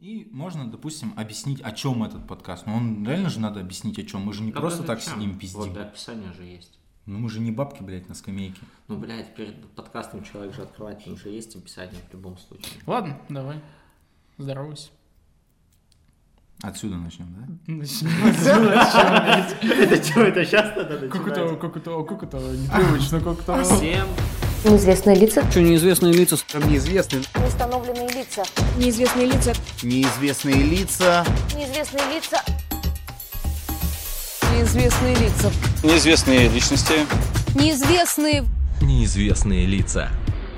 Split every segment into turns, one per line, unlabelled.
И можно, допустим, объяснить, о чем этот подкаст. Но он реально же надо объяснить, о чем. Мы же не
Да
просто
даже
так
чем?
сидим пиздим.
Вот, да, описание же есть.
Ну мы же не бабки, блядь, на скамейке.
Ну, блядь, перед подкастом человек же открывает, там же есть описание в любом случае.
Ладно, давай. Здоровайся.
Отсюда начнем, да?
Это что, это сейчас надо
Как это, как это, как это, непривычно, как это.
Всем
Неизвестные лица.
Что, неизвестные лица?
Неустановленные лица.
Неизвестные лица.
Неизвестные лица.
Неизвестные лица.
Неизвестные лица.
Неизвестные личности.
Неизвестные.
Неизвестные лица.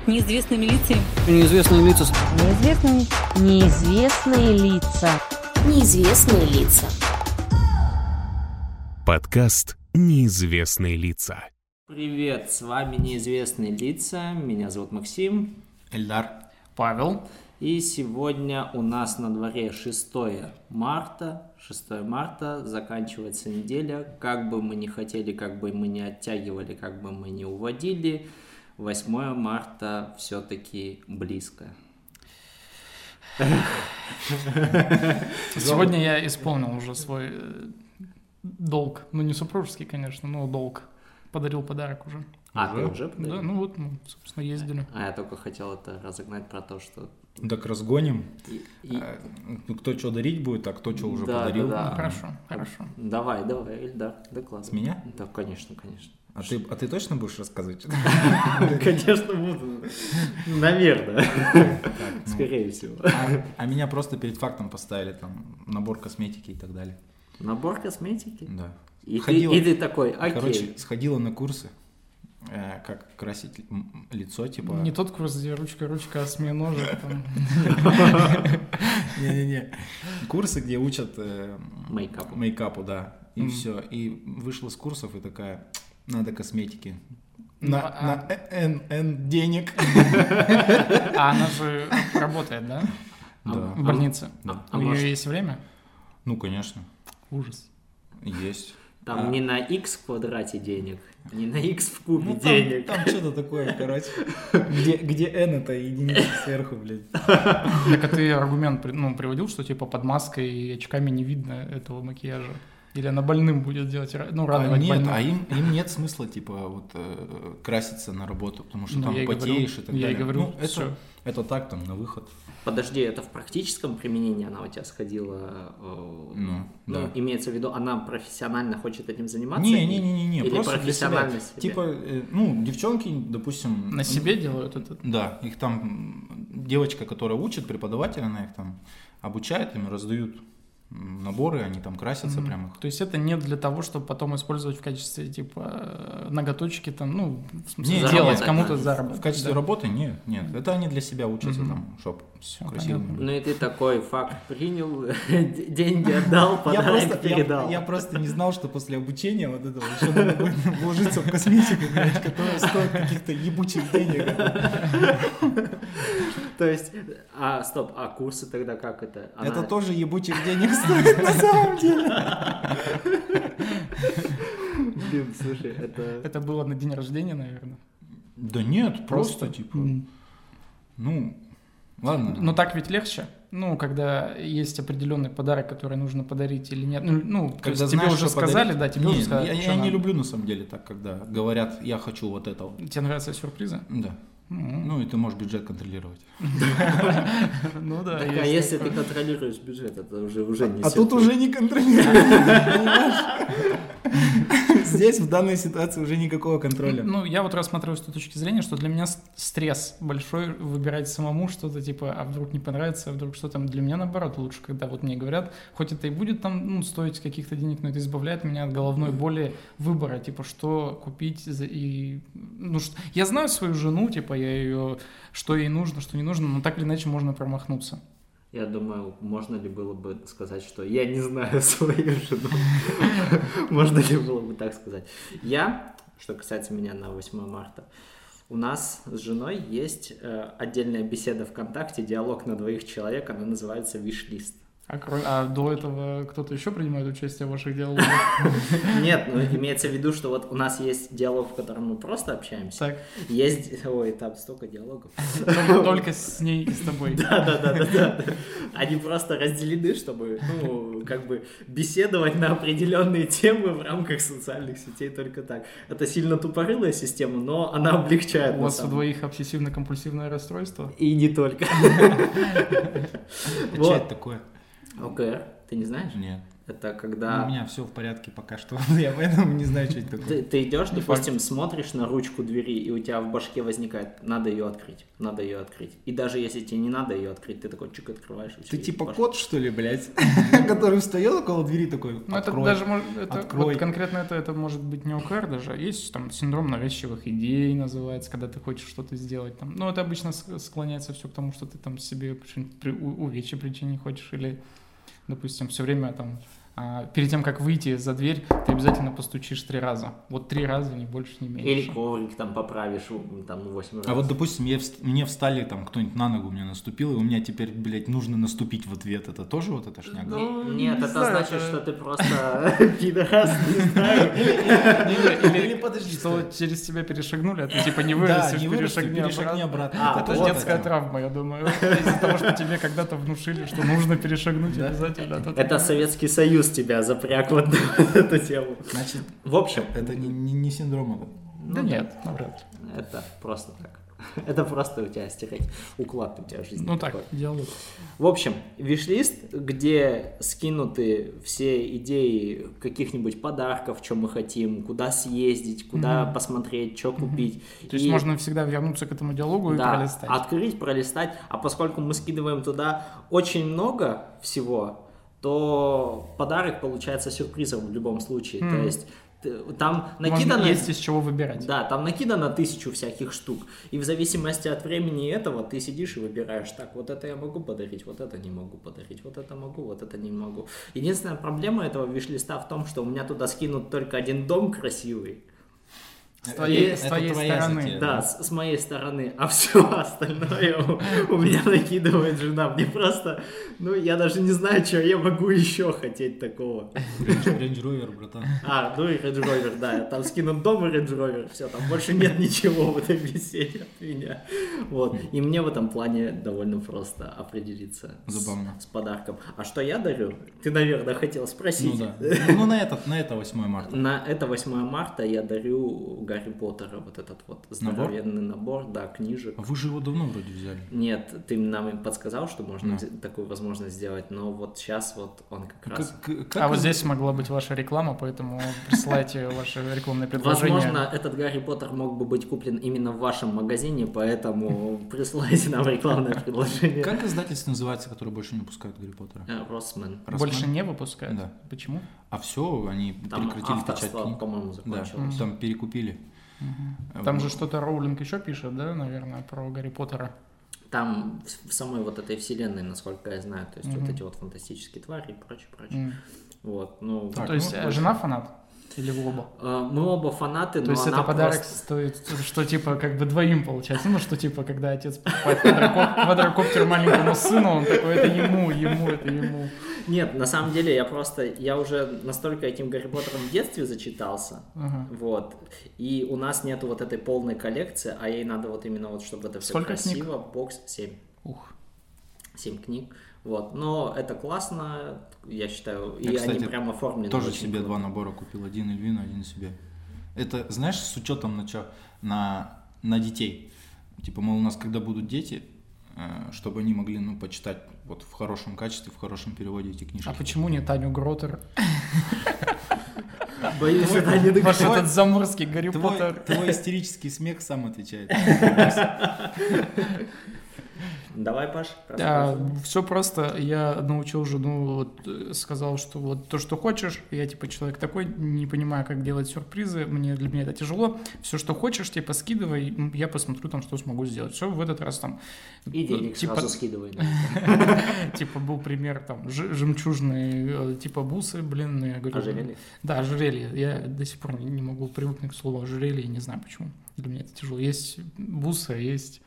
Неизвестными лицами.
Неизвестные лица.
Неизвестные. Неизвестные лица. Неизвестные лица.
Подкаст «Неизвестные лица».
привет, с вами неизвестные лица, меня зовут Максим,
Эльдар.
Павел.
и сегодня у нас на дворе 6 марта, 6 марта, заканчивается неделя, как бы мы не хотели, как бы мы не оттягивали, как бы мы не уводили, 8 марта все-таки близко.
Сегодня я исполнил уже свой э, долг. Ну, не супружеский, конечно, но долг. Подарил подарок уже.
А, ты уже подарил?
Да, ну вот, мы, собственно, ездили.
А я только хотел это разогнать про то, что...
Так разгоним.
И- и-
Э, ну, Кто что дарить будет, а кто что уже
Да,
подарил.
да, да.
А,
Хорошо, хорошо.
Давай, давай, Эльдар, докладывай.
С меня?
Да, конечно, конечно.
А ты, а ты точно будешь рассказывать?
Конечно, буду. Наверное. Скорее всего.
А а меня просто перед фактом поставили там набор косметики и так далее.
Набор косметики?
Да.
И, ты,
Ходила-
и ты такой, окей.
Короче, сходила на курсы, э, как красить м, лицо, типа...
Не тот курс, где ручка-ручка, а сменожек там.
Не-не-не. Курсы, где учат э,
Мейкапу.
мейкапу, да. И
Мгм.
все. И вышла с курсов и такая, надо косметики.
Ну,
На,
а-
на N, N денег.
А она же работает, да?
Да.
В больнице.
А- а
У
может,
нее есть время?
Ну, конечно.
Ужас.
Есть.
Там
а-
не на x в квадрате денег, не на x в кубе
Ну, там-
денег.
Там, что-то такое, короче. Где, где N это единица сверху, блядь.
Так а ты аргумент при- ну, приводил, что типа под маской и очками не видно этого макияжа? Или она больным будет делать, ра- ну,
А
радовать
нет,
больных?
а им, им нет смысла, типа, вот э, краситься на работу, потому что
Ну,
там
я и говорю,
потеешь и так
я и
далее.
говорю,
Ну,
всё.
это, это так, там, на выход.
Подожди, это в практическом применении она у тебя сходила? э, Ну,
да.
имеется в виду, она профессионально хочет этим заниматься?
Не, не, не, не, не,
Или
просто для себя.
профессионально себе?
Типа, э, ну, девчонки, допустим,
На себе делают этот?
Да, их там м, девочка, которая учит, преподаватель, она их там обучает, им раздают м, наборы, они там красятся прям их.
То есть это не для того, чтобы потом использовать в качестве, типа, э, ноготочки там, ну, в смысле,
Не,
делать
заработать,
кому-то
да.
заработать.
В качестве
да.
работы нет, нет, это они для себя учатся
Мгм.
там, чтобы все
Всё
красивыми
понятно.
были.
Ну и ты такой факт принял, д- деньги
Я
отдал, Ну, подарок
просто, я-
передал.
я просто не знал, что после обучения вот этого еще надо будет вложиться в косметику, блядь, которая стоит каких-то ебучих денег.
То есть, а стоп, а курсы тогда как это? Она-
Это тоже ебучих денег стоит на самом деле.
Блин, слушай, это...
Это было на день рождения, наверное.
Да нет, просто типа, ну, ладно.
Но так ведь легче. Ну, когда есть определенный подарок, который нужно подарить или нет. Ну, ну, то
Когда
есть
знаешь,
тебе уже
что
сказали,
подарить.
да,
Не,
тебе
ну,
уже сказали.
Я,
что
я не
надо.
люблю на самом деле так, когда говорят, я хочу вот этого.
Тебе нравятся сюрпризы?
Да.
Ну,
Ну и ты можешь бюджет контролировать.
ну да.
Так, а
есть
если
такое.
ты контролируешь бюджет, это уже уже не
А тут
сюрприз.
уже не контролируешь. понимаешь? Здесь в данной ситуации уже никакого контроля.
Ну, я вот рассматриваю с той точки зрения, что для меня с- стресс большой выбирать самому что-то, типа, а вдруг не понравится, а вдруг что там. Для меня, наоборот, лучше, когда вот мне говорят, хоть это и будет там, ну, стоить каких-то денег, но это избавляет меня от головной боли выбора, типа, что купить за- и... Ну, что... я знаю свою жену, типа, я ее... Что ей нужно, что не нужно, но так или иначе можно промахнуться.
Я думаю, можно ли было бы сказать, что я не знаю свою жену. Можно ли было бы так сказать? Я, что касается меня на 8 марта, у нас с женой есть э, отдельная беседа ВКонтакте, диалог на двоих человек, она называется «Вишлист».
А, кроме- а до этого кто-то еще принимает участие в ваших диалогах?
Нет, ну, имеется в виду, что вот у нас есть диалог, в котором мы просто общаемся.
Так,
Есть... Ой, там столько диалогов.
только только с ней и с тобой.
Да, да, да, да, да. Они просто разделены, чтобы, ну, как бы беседовать на определенные темы в рамках социальных сетей только так. Это сильно тупорылая система, но она облегчает.
У
на
вас у
самом
двоих обсессивно-компульсивное расстройство?
деле. И не только.
Это
Вот.
что это такое?
ОКР, ты не знаешь?
Нет.
Это
У
когда
меня все в порядке пока что. Я поэтому не знаю, что это такое.
ты, ты идешь, допустим, смотришь на ручку двери, и у тебя в башке возникает, надо ее открыть, надо ее открыть. И даже если тебе не надо ее открыть, ты такой чик открываешь. и всё,
Ты
и
типа
баш-
кот, что ли, блядь? Который встает около двери такой,
Ну, это
«Открой».
даже мож- это,
открой.
вот конкретно это, это может быть не ОКР даже. а Есть там синдром навязчивых идей называется, когда ты хочешь что-то сделать. Там. Ну, это обычно ск- склоняется все к тому, что ты там себе что-нибудь при- у- увечья причинить хочешь или, допустим, все время там а, перед тем, как выйти за дверь, ты обязательно постучишь три раза. Вот три раза, не больше, не меньше.
Или коврик там поправишь, м, там 8 раз.
А вот, допустим, я вст- мне встали там кто-нибудь на ногу, мне наступил, и у меня теперь, блядь, нужно наступить в ответ. Это тоже вот эта шняга?
Ну,
Нет,
не
это
знаю,
значит,
это-
что ты просто пидорас, не знаю.
Не-не, или
Или подожди,
что через тебя перешагнули, а ты типа не
Да,
вырастешь,
не вырастешь,
перешагни,
перешагни
обратно.
обратно.
А,
Это
вот
же детская
это.
травма, я думаю. Из-за того, что тебе когда-то внушили, что нужно перешагнуть обязательно. а то ты-
Это Советский Союз тебя запряг вот на эту тему.
Значит,
В общем,
это не, не, не синдром этот.
Ну Да нет, навряд ли.
это просто так. Это просто у тебя стереть уклад у тебя жизни.
Ну так,
такой.
диалог.
В общем, виш-лист, где скинуты все идеи каких-нибудь подарков, что мы хотим, куда съездить, куда посмотреть, что купить.
То есть
И-
можно всегда вернуться к этому диалогу и
Да,
пролистать.
открыть, пролистать. А поскольку мы скидываем туда очень много всего, то подарок получается сюрпризом в любом случае. То есть ты- там
Можно
накидано...
есть из чего выбирать.
Да, там накидано тысячу всяких штук. И в зависимости от времени этого ты сидишь и выбираешь, так, вот это я могу подарить, вот это не могу подарить, вот это могу, вот это не могу. Единственная проблема этого виш-листа в том, что у меня туда скинут только один дом красивый.
С твоей,
Э, Это
с твоей
твоя
стороны.
затея.
Да, с, с моей стороны, а все остальное у, у меня накидывает жена. Мне просто, ну, я даже не знаю, чего я могу еще хотеть такого.
Range Rover, братан.
А, ну и Range Rover, да, там скинут дом и Range Rover, все, там больше нет ничего в этом веселье от меня. Вот, и мне в этом плане довольно просто определиться с-
Забавно.
С, подарком. А что я дарю? Ты, наверное, хотел спросить.
Ну да. Ну на этот, на это 8 марта.
На это 8 марта я дарю Гарри Поттера вот этот вот
Набор?
здоровенный набор, да, книжек.
Вы же его давно вроде взяли.
Нет, ты нам им подсказал, что можно
Да.
взя- такую возможность сделать, но вот сейчас вот он как раз.
Как- как-
А вот здесь могла быть ваша реклама, поэтому присылайте ваши рекламные предложения.
Возможно, этот Гарри Поттер мог бы быть куплен именно в вашем магазине, поэтому присылайте нам рекламное предложение.
Как издательство называется, которое больше не выпускает Гарри Поттера?
Э, Росмен.
Больше
Росман?
не выпускают?
Да.
Почему?
А все, они
Там
прекратили печать
авторство,
книг.
по-моему,
Да,
закончилось.
там перекупили. Э,
Там же что-то Роулинг еще пишет, да, наверное, про Гарри Поттера.
Там в- в самой вот этой вселенной, насколько я знаю, то есть вот эти вот фантастические твари и прочее, прочее.
М.
Вот, ну.
Так,
То есть
ну,
э, жена фанат? Или вы оба?
э, Мы оба фанаты,
То
но
есть
она
это подарок
просто-
стоит, что типа как бы двоим получается. Ну, что типа, когда отец покупает квадрокоп- квадрокоптер маленькому сыну, он такой, это ему, ему, это ему.
Нет, на самом деле я просто, я уже настолько этим Гарри Поттером в детстве зачитался,
Ага.
вот, и у нас нету вот этой полной коллекции, а ей надо вот именно вот, чтобы это все
Сколько книг?
красиво, бокс 7,
Ух.
7 книг, вот, но это классно, я считаю, и
Я, кстати,
они прям оформлены.
Тоже
очень
себе
круто.
два набора купил, один Эльвину, один себе. Это, знаешь, с учетом на чё? на, на детей. Типа, мол, у нас когда будут дети, э, чтобы они могли, ну, почитать вот в хорошем качестве, в хорошем переводе эти книжки.
А почему не Таню Гротер?
Боюсь, это не
Ваш
догадаюсь.
этот заморский Гарри
Твой,
Поттер.
твой истерический смех сам отвечает.
Давай, Паш, рассказывай.
Да, все А, просто. Я научил жену, вот, э, сказал, что вот то, что хочешь, я типа человек такой, не понимаю, как делать сюрпризы, мне для меня это тяжело. Все, что хочешь, типа скидывай, м, я посмотрю там, что смогу сделать. Все, в этот раз там.
И денег
типа,
сразу скидывай. да.
Типа был пример там ж- жемчужные э, типа бусы, блин, ну, я говорю.
Ожерелье?
Да, ожерелье. Я до сих пор не- не могу привыкнуть к слову ожерелье, не знаю почему. Для меня это тяжело. Есть бусы, а есть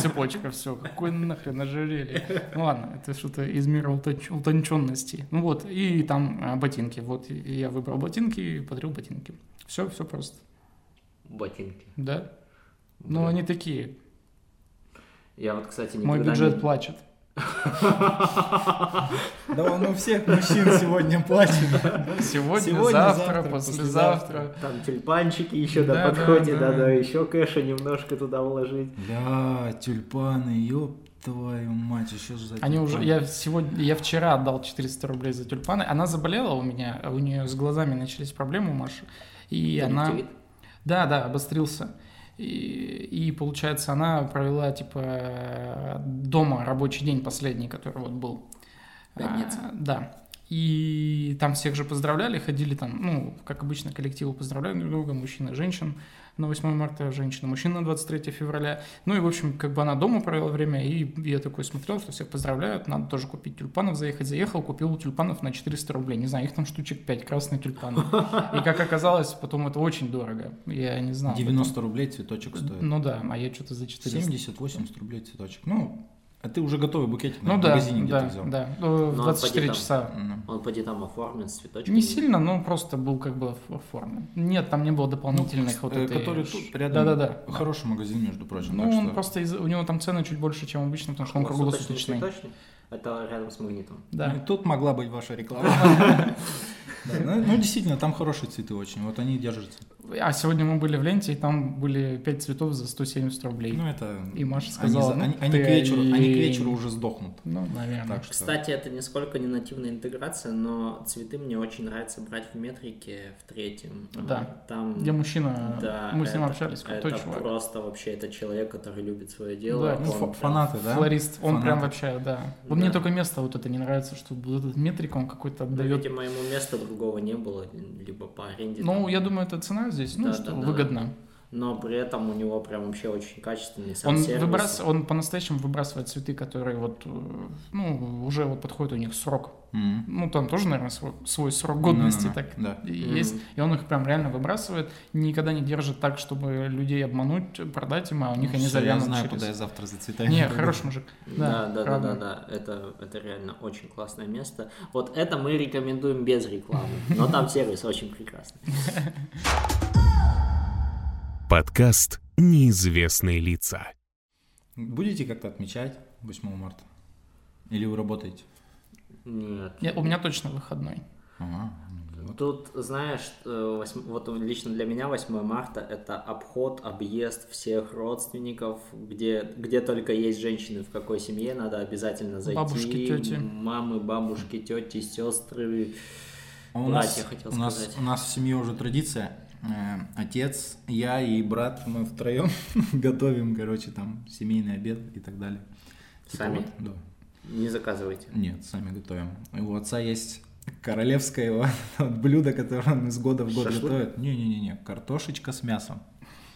Цепочка, все. Какой нахрен ожерелье? Ну ладно, это что-то из мира утонченности. Ну вот, и там а, ботинки. Вот и я выбрал ботинки и подарил ботинки. Все, все просто.
Ботинки.
Да. Но
Блин.
Ну, они такие.
Я вот, кстати, никогда
Мой бюджет плачет.
Да он у всех мужчин сегодня плачет.
Сегодня,
Сегодня,
завтра,
завтра,
послезавтра.
Там тюльпанчики еще
Да,
на
да,
подходе,
да.
да-да, еще кэша немножко туда вложить.
Бля, тюльпаны, ёб твою мать, еще же за
Они
тюльпаны.
уже, я сегодня, я вчера отдал 400 рублей за тюльпаны. Она заболела у меня, у нее с глазами начались проблемы, у Маши. И она...
Конъюнктивит.
Да, да, обострился. И, и, получается, она провела, типа, дома рабочий день последний, который вот был.
Пятница.
А, да. И там всех же поздравляли, ходили там, ну, как обычно, коллективы поздравляли друг друга, мужчин и женщин на 8 марта, женщин и мужчин на 23 февраля. Ну и, в общем, как бы она дома провела время, и я такой смотрел, что всех поздравляют, надо тоже купить тюльпанов, заехать, заехал, купил тюльпанов на 400 рублей. Не знаю, их там штучек 5, красные тюльпаны. И как оказалось, потом это очень дорого. Я не знал.
90 рублей цветочек стоит.
Ну да, а я что-то за 400.
70-80 рублей цветочек. Ну, а ты уже готовый букетик
Ну
на в
да,
магазине где-то
да,
взял.
да. Э, В
Ну,
24
поди там.
часа.
М.
Он поди там оформлен с цветочками.
Типа, Не сильно, но просто был как бы оф- оформлен. Нет, там не было дополнительных вот
Э,
этой...
Который
ш-
тут рядом.
Да-да-да.
Хороший магазин, между прочим.
Ну,
так
он
что-
просто из... у него там цены чуть больше, чем обычно, потому что он
Круглосуточный
круглосуточный.
цветочный. Это рядом с магнитом.
И
Да.
Тут могла быть ваша реклама. Да, Ну, ну, действительно, там хорошие цветы очень. Вот они держатся.
А сегодня мы были в ленте, и там были 5 цветов за 170 рублей.
Ну, это...
И Маша
они
сказала,
за-
ну,
Они они
ты
к вечеру- они к вечеру
олень.
уже сдохнут.
Ну, наверное.
Так что...
Кстати, это нисколько не нативная интеграция, но цветы мне очень нравится брать в метрике в третьем.
Да.
Там...
Где мужчина,
Да,
мы с ним
это-
общались,
Это
крутой чувак.
просто вообще это человек, который любит свое дело.
Да,
Ну,
он
фа-
прям-
фанаты, да?
Флорист, он
Фанаты.
прям вообще, да.
Да.
Вот мне только место вот это не нравится, что вот этот метрик, он какой-то
Ну,
отдает.
видимо, ему места другого не было, либо по аренде.
Ну,
там.
я думаю, это цена здесь, ну,
Да,
что
да, да.
выгодно.
Но при этом у него прям вообще очень качественный сам
Он,
сервис.
выбрас... он по-настоящему выбрасывает цветы, которые вот, э, ну, уже вот подходит у них срок.
М.
Ну, там тоже, наверное, свой, свой срок
Ну,
годности
Ну-ну-ну,
так
да.
и
Мгм.
есть. И он их прям реально выбрасывает, никогда не держит так, чтобы людей обмануть, продать им, а у них они
Всё, Я
завянут
знаю,
через-
куда я завтра за цветами
Не,
пойду.
хороший мужик.
Да, да, да, да,
правда.
да. Это, это реально очень классное место. Вот это мы рекомендуем без рекламы. Но там сервис очень прекрасный.
Подкаст «Неизвестные лица».
Будете как-то отмечать 8 марта? Или вы работаете?
Нет.
Я- у меня точно выходной.
Ага. Вот.
Тут, знаешь, э, восьм- вот лично для меня 8 марта это обход, объезд всех родственников, где, где только есть женщины, в какой семье надо обязательно зайти.
Бабушки, тети.
Мамы, бабушки, тети, сестры.
А у,
Братья,
нас,
хотел
у, нас,
сказать.
у нас в семье уже традиция. Э, Отец, я и брат, мы втроем готовим, короче, там семейный обед и так далее. Типа
Сами?
вот, да.
Не заказывайте.
Нет, сами готовим. У отца есть королевское его блюдо, которое он из года в год
Шашлык?
готовит. Не-не-не, картошечка с мясом.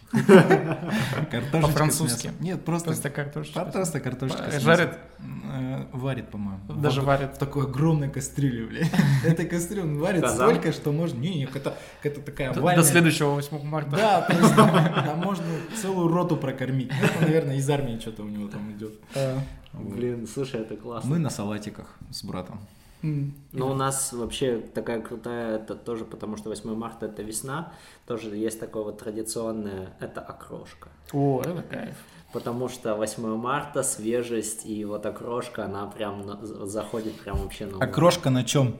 Картошечка с
По-французски.
мясом. Нет, просто
Просто картошечка.
Пар- Просто картошечка.
Э,
с мясом.
жарит?
Э, Варит, по-моему.
Даже
Вот
варит.
В такой огромной кастрюле, бля. Этой кастрюле он варит
Казан?
столько, что можно... Не, не, это это такая
До-
овальная.
До следующего 8 марта.
Да, то есть там можно целую роту прокормить. Ну, Это, наверное, из армии что-то у него там идет.
Э,
Вот.
Блин, слушай, это классно.
Мы на салатиках с братом.
м.
Но Ну, у нас вообще такая крутая, это тоже потому что 8 марта это весна, тоже есть такое вот традиционное, это окрошка.
О, это кайф.
Потому что 8 марта, свежесть и вот окрошка, она прям на- за- заходит прям вообще на...
А
ура.
крошка на чем?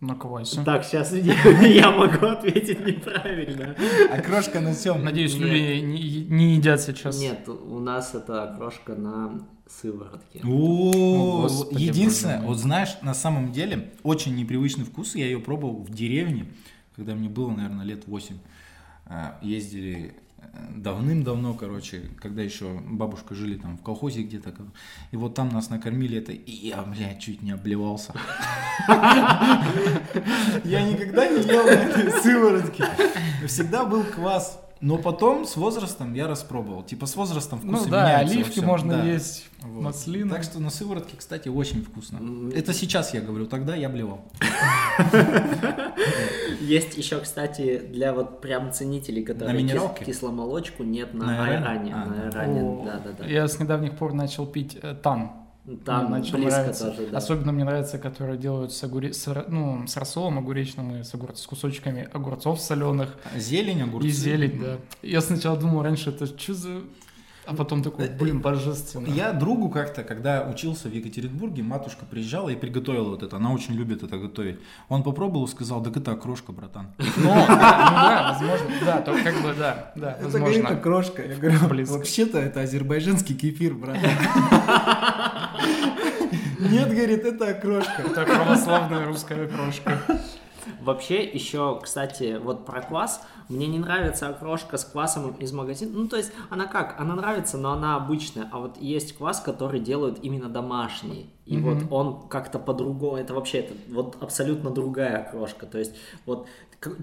На квасе.
Так, сейчас я могу ответить неправильно.
А крошка на чем?
Надеюсь,
Нет.
люди не, не едят сейчас.
Нет, у нас это окрошка на сыворотке.
О,
О, господи,
единственное,
боже мой.
вот знаешь, на самом деле очень непривычный вкус. Я ее пробовал в деревне, когда мне было, наверное, лет 8. А, Ездили э, давным-давно, короче, когда еще бабушка жили там в колхозе где-то. кор- И вот там нас накормили это, и я, блядь, чуть не обливался. Я никогда не ел этой сыворотки. Всегда был квас. Но потом с возрастом я распробовал. Типа с возрастом вкусы
Ну да,
меняются во
оливки
всём.
можно
Да.
есть,
Вот.
маслины.
Так что на сыворотке, кстати, очень вкусно.
М.
Это сейчас я говорю, тогда я блевал.
Есть еще, кстати, для вот прям ценителей, которые
минералке?
кис- кисломолочку нет на,
На Айране?
айране.
А,
на
да.
айране,
О,
да-да-да.
Я с недавних пор начал пить э, тан.
Там
Мне А начал
близко
нравиться.
тоже, да.
Особенно мне нравится, которые делают с, огуре... с, ра- ну, с рассолом огуречным и с, огур- с кусочками огурцов соленых
Зелень, огурцы.
и зелень, да. Я сначала думал раньше, это что за... А потом такой,
Э,
блин, божественно.
Я другу как-то, когда учился в Екатеринбурге, матушка приезжала и приготовила вот это. Она очень любит это готовить. Он попробовал и сказал, так это окрошка, братан.
Но, ну да, возможно, да, то как бы, да, да, возможно.
крошка. Я говорю,
Близко.
вообще-то это азербайджанский кефир, брат. Нет, говорит, это окрошка.
Это православная русская крошка.
Вообще, еще, кстати, вот про квас. Мне не нравится окрошка с квасом из магазина. Ну, то есть, она как? Она нравится, но она обычная. А вот есть квас, который делают именно домашний. И
Мгм.
вот он как-то по-другому. Это вообще это, вот абсолютно другая окрошка. То есть, вот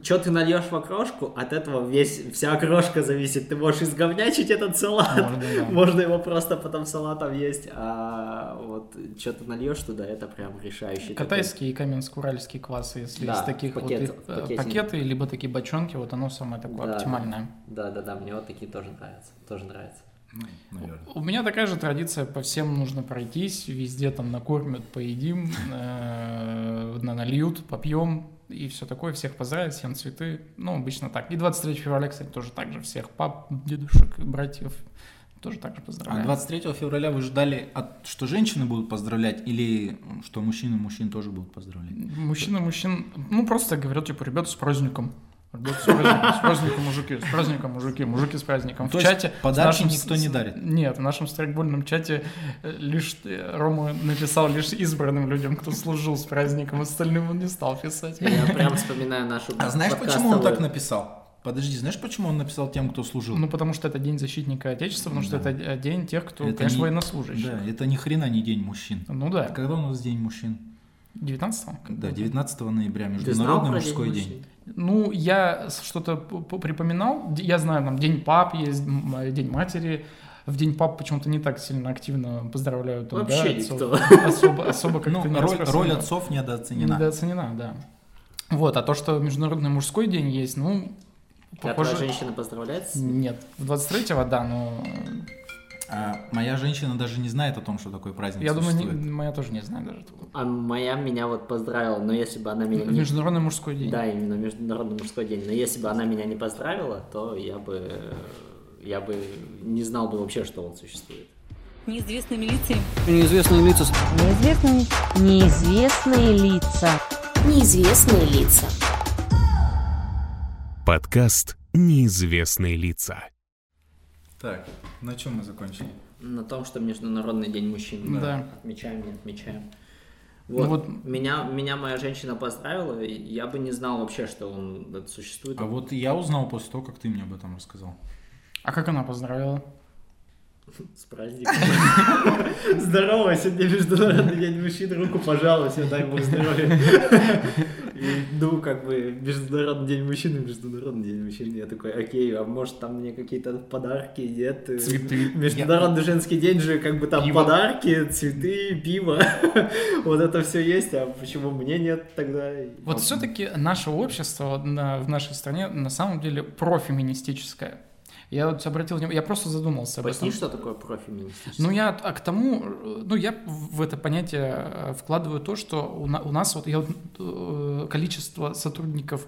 что ты нальешь в окрошку, от этого весь, вся окрошка зависит. Ты можешь изговнячить этот салат.
Можно, да.
Можно его просто потом салатом есть. А вот что ты нальешь туда, это прям решающий. такой.
Катайские и каменско-уральские квасы, если
Да,
из таких
пакет-
вот их, э,
пакетик.
пакеты, либо такие бочонки, вот оно самое такое
Да.
оптимальное.
Да, да, да, мне вот такие тоже нравятся. Тоже нравятся.
У меня такая же традиция, по всем нужно пройтись, везде там накормят, поедим, э, на- нальют, попьем и все такое, всех поздравить, всем цветы, ну, обычно так. И 23 февраля, кстати, тоже так же всех пап, дедушек, братьев тоже так же
А
поздравляю.
23 февраля вы ждали, от- что женщины будут поздравлять или м, что мужчины мужчин тоже будут поздравлять?
Мужчина, мужчин, ну, просто говорят, типа, ребята, с праздником. Ребята, с праздником, с праздником, мужики, с праздником, мужики, мужики с праздником.
То
в
есть
чате в
подарки
нашем
никто
с-
не дарит?
Нет, в нашем страйкбольном чате э, лишь э, Рома написал лишь избранным людям, кто служил с праздником, остальным он не стал писать.
Я прям вспоминаю нашу
А знаешь, почему он так
подкастовую-
написал? Подожди, знаешь, почему он написал тем, кто служил?
Ну, потому что это День защитника Отечества, потому что
Да.
это э, день тех, кто,
Это
конечно,
не-
военнослужащих.
Да, это ни хрена не день мужчин. А
Ну да,
Когда у нас день мужчин?
19
Да, 19 ноября,
Ты знал
Международный
про
мужской
день
день.
мужчин?
Ну, я с- что-то п- п- припоминал. Д- Я знаю, там День пап есть, м, э, День матери. В День пап почему-то не так сильно активно поздравляют. там,
Вообще
да,
никто.
отцов. Особо, особо как-то
Ну,
не
роль, роль
распространяют.
отцов недооценена.
Недооценена, да. Вот, а то, что Международный мужской день есть, ну,
Пятая
похоже...
женщина поздравляется?
Нет, в 23-го, да, но
А моя женщина даже не знает о том, что такой праздник
я думаю, не-
существует.
моя тоже не знает даже.
А моя меня вот поздравила, но если бы она меня не...
Международный мужской день.
Да, именно Международный мужской день. Но если бы она меня не поздравила, то я бы... э, Я бы не знал бы вообще, что он существует.
Неизвестные милиции.
Неизвестные лица.
Неизвестные, неизвестные лица. Неизвестные лица.
Подкаст «Неизвестные лица».
Так, на чем мы закончили?
На том, что Международный день мужчин.
Да.
Отмечаем, не отмечаем.
Ну
Вот.
вот-
Меня, меня моя женщина поздравила, и я бы не знал вообще, что он э, существует.
А вот я узнал после того, как ты мне об этом рассказал.
А как она поздравила?
С праздником. Здорово, сегодня Международный день мужчин, руку пожалуй, все, дай бог здоровья. И, ну, как бы, Международный день мужчин и Международный день мужчин. Я такой, окей, а может там мне какие-то подарки, нет? э,
Цветы.
Международный женский день же, как бы там
Пиво.
подарки, цветы, пиво. Вот это все есть, а почему мне нет тогда?
Вот все-таки наше общество вот на- в нашей стране на самом деле профеминистическое. Я вот обратил внимание, я просто задумался об
Объясни,
этом.
что такое профеминистическое?
Ну, я от- а к тому, э, ну, я в это понятие э, вкладываю то, что у, на- у нас вот, я вот, э, количество сотрудников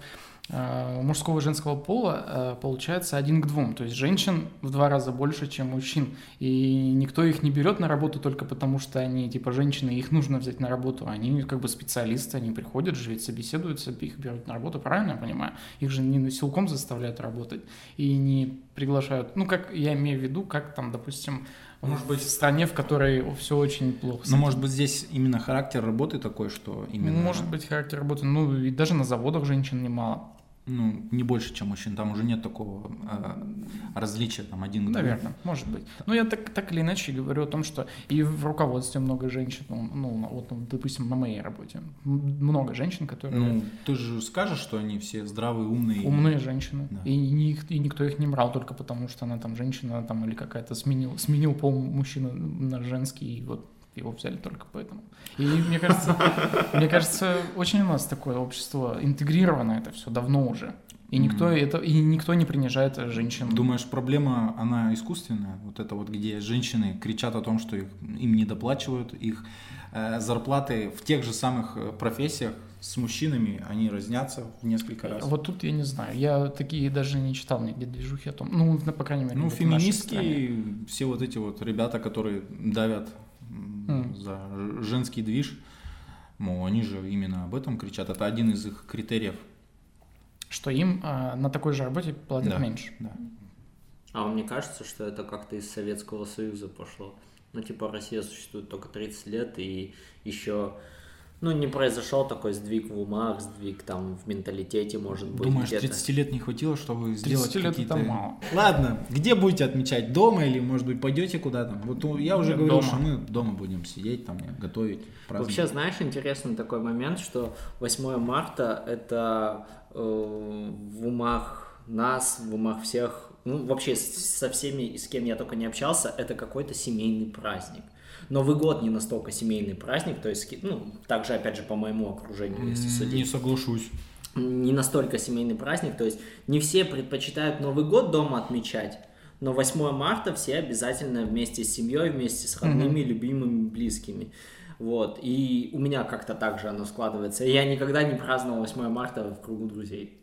э, мужского и женского пола э, получается один к двум. То есть женщин в два раза больше, чем мужчин. И никто их не берет на работу только потому, что они типа женщины, их нужно взять на работу. Они как бы специалисты, они приходят, живут, собеседуются, их берут на работу, правильно я понимаю? Их же не силком заставляют работать и не приглашают. Ну, как я имею в виду, как там, допустим,
Ну, Может быть.
в стране, в которой все очень плохо. с
Ну,
этим.
может быть, здесь именно характер работы такой, что именно...
Может быть, характер работы. Ну, и даже на заводах женщин немало.
ну, не больше, чем мужчин. Там уже нет такого э, различия, там, один к двум.
Наверное, может быть. Но я так, так или иначе говорю о том, что и в руководстве много женщин, ну, ну, вот, ну, допустим, на моей работе, м- много женщин, которые
Ну, ты же скажешь, что они все здравые, умные. и-
умные женщины,
Да.
и, ни их- и никто их не брал только потому, что она там женщина там или какая-то сменил, сменил пол мужчины на женский, и вот его взяли только поэтому. И мне кажется, мне кажется, очень у нас такое общество интегрировано это все давно уже. И никто
Мгм.
это и никто не принижает женщин.
Думаешь, проблема, она искусственная? Вот это вот, где женщины кричат о том, что их- им не доплачивают, их э, зарплаты в тех же самых э, профессиях с мужчинами, они разнятся в несколько раз.
Вот тут я не знаю. Я такие даже не читал нигде движухи о том. Ну, на- по крайней мере,
ну,
вот в нашей стране.
феминистки, все вот эти вот ребята, которые давят м,
Мгм.
за ж- женский движ, мол, они же именно об этом кричат. Это один из их критериев.
Что им а, на такой же работе платят
Да.
меньше.
Да.
А мне кажется, что это как-то из Советского Союза пошло. Ну, типа, Россия существует только 30 лет, и еще, ну, не произошел такой сдвиг в умах, сдвиг там в менталитете, может быть,
Думаешь,
где-то.
30 лет не хватило, чтобы сделать
30 лет
какие-то...
это мало.
Ладно, где будете отмечать? Дома или, может быть, пойдете куда-то? Вот ну, я уже
Нет,
говорил,
дома.
что мы дома будем сидеть, там, готовить, праздновать.
Вообще, знаешь, интересный такой момент, что 8 марта это э, в умах нас, в умах всех, ну, вообще с- со всеми, и с кем я только не общался, это какой-то семейный праздник. Новый год не настолько семейный праздник, то есть, ки- ну, также, опять же, по моему окружению,
М,
если
Не
судить,
соглашусь.
не настолько семейный праздник, то есть не все предпочитают Новый год дома отмечать, но 8 марта все обязательно вместе с семьей, вместе с родными, любимыми, близкими. Вот, и у меня как-то так же оно складывается. Я никогда не праздновал 8 марта в кругу друзей.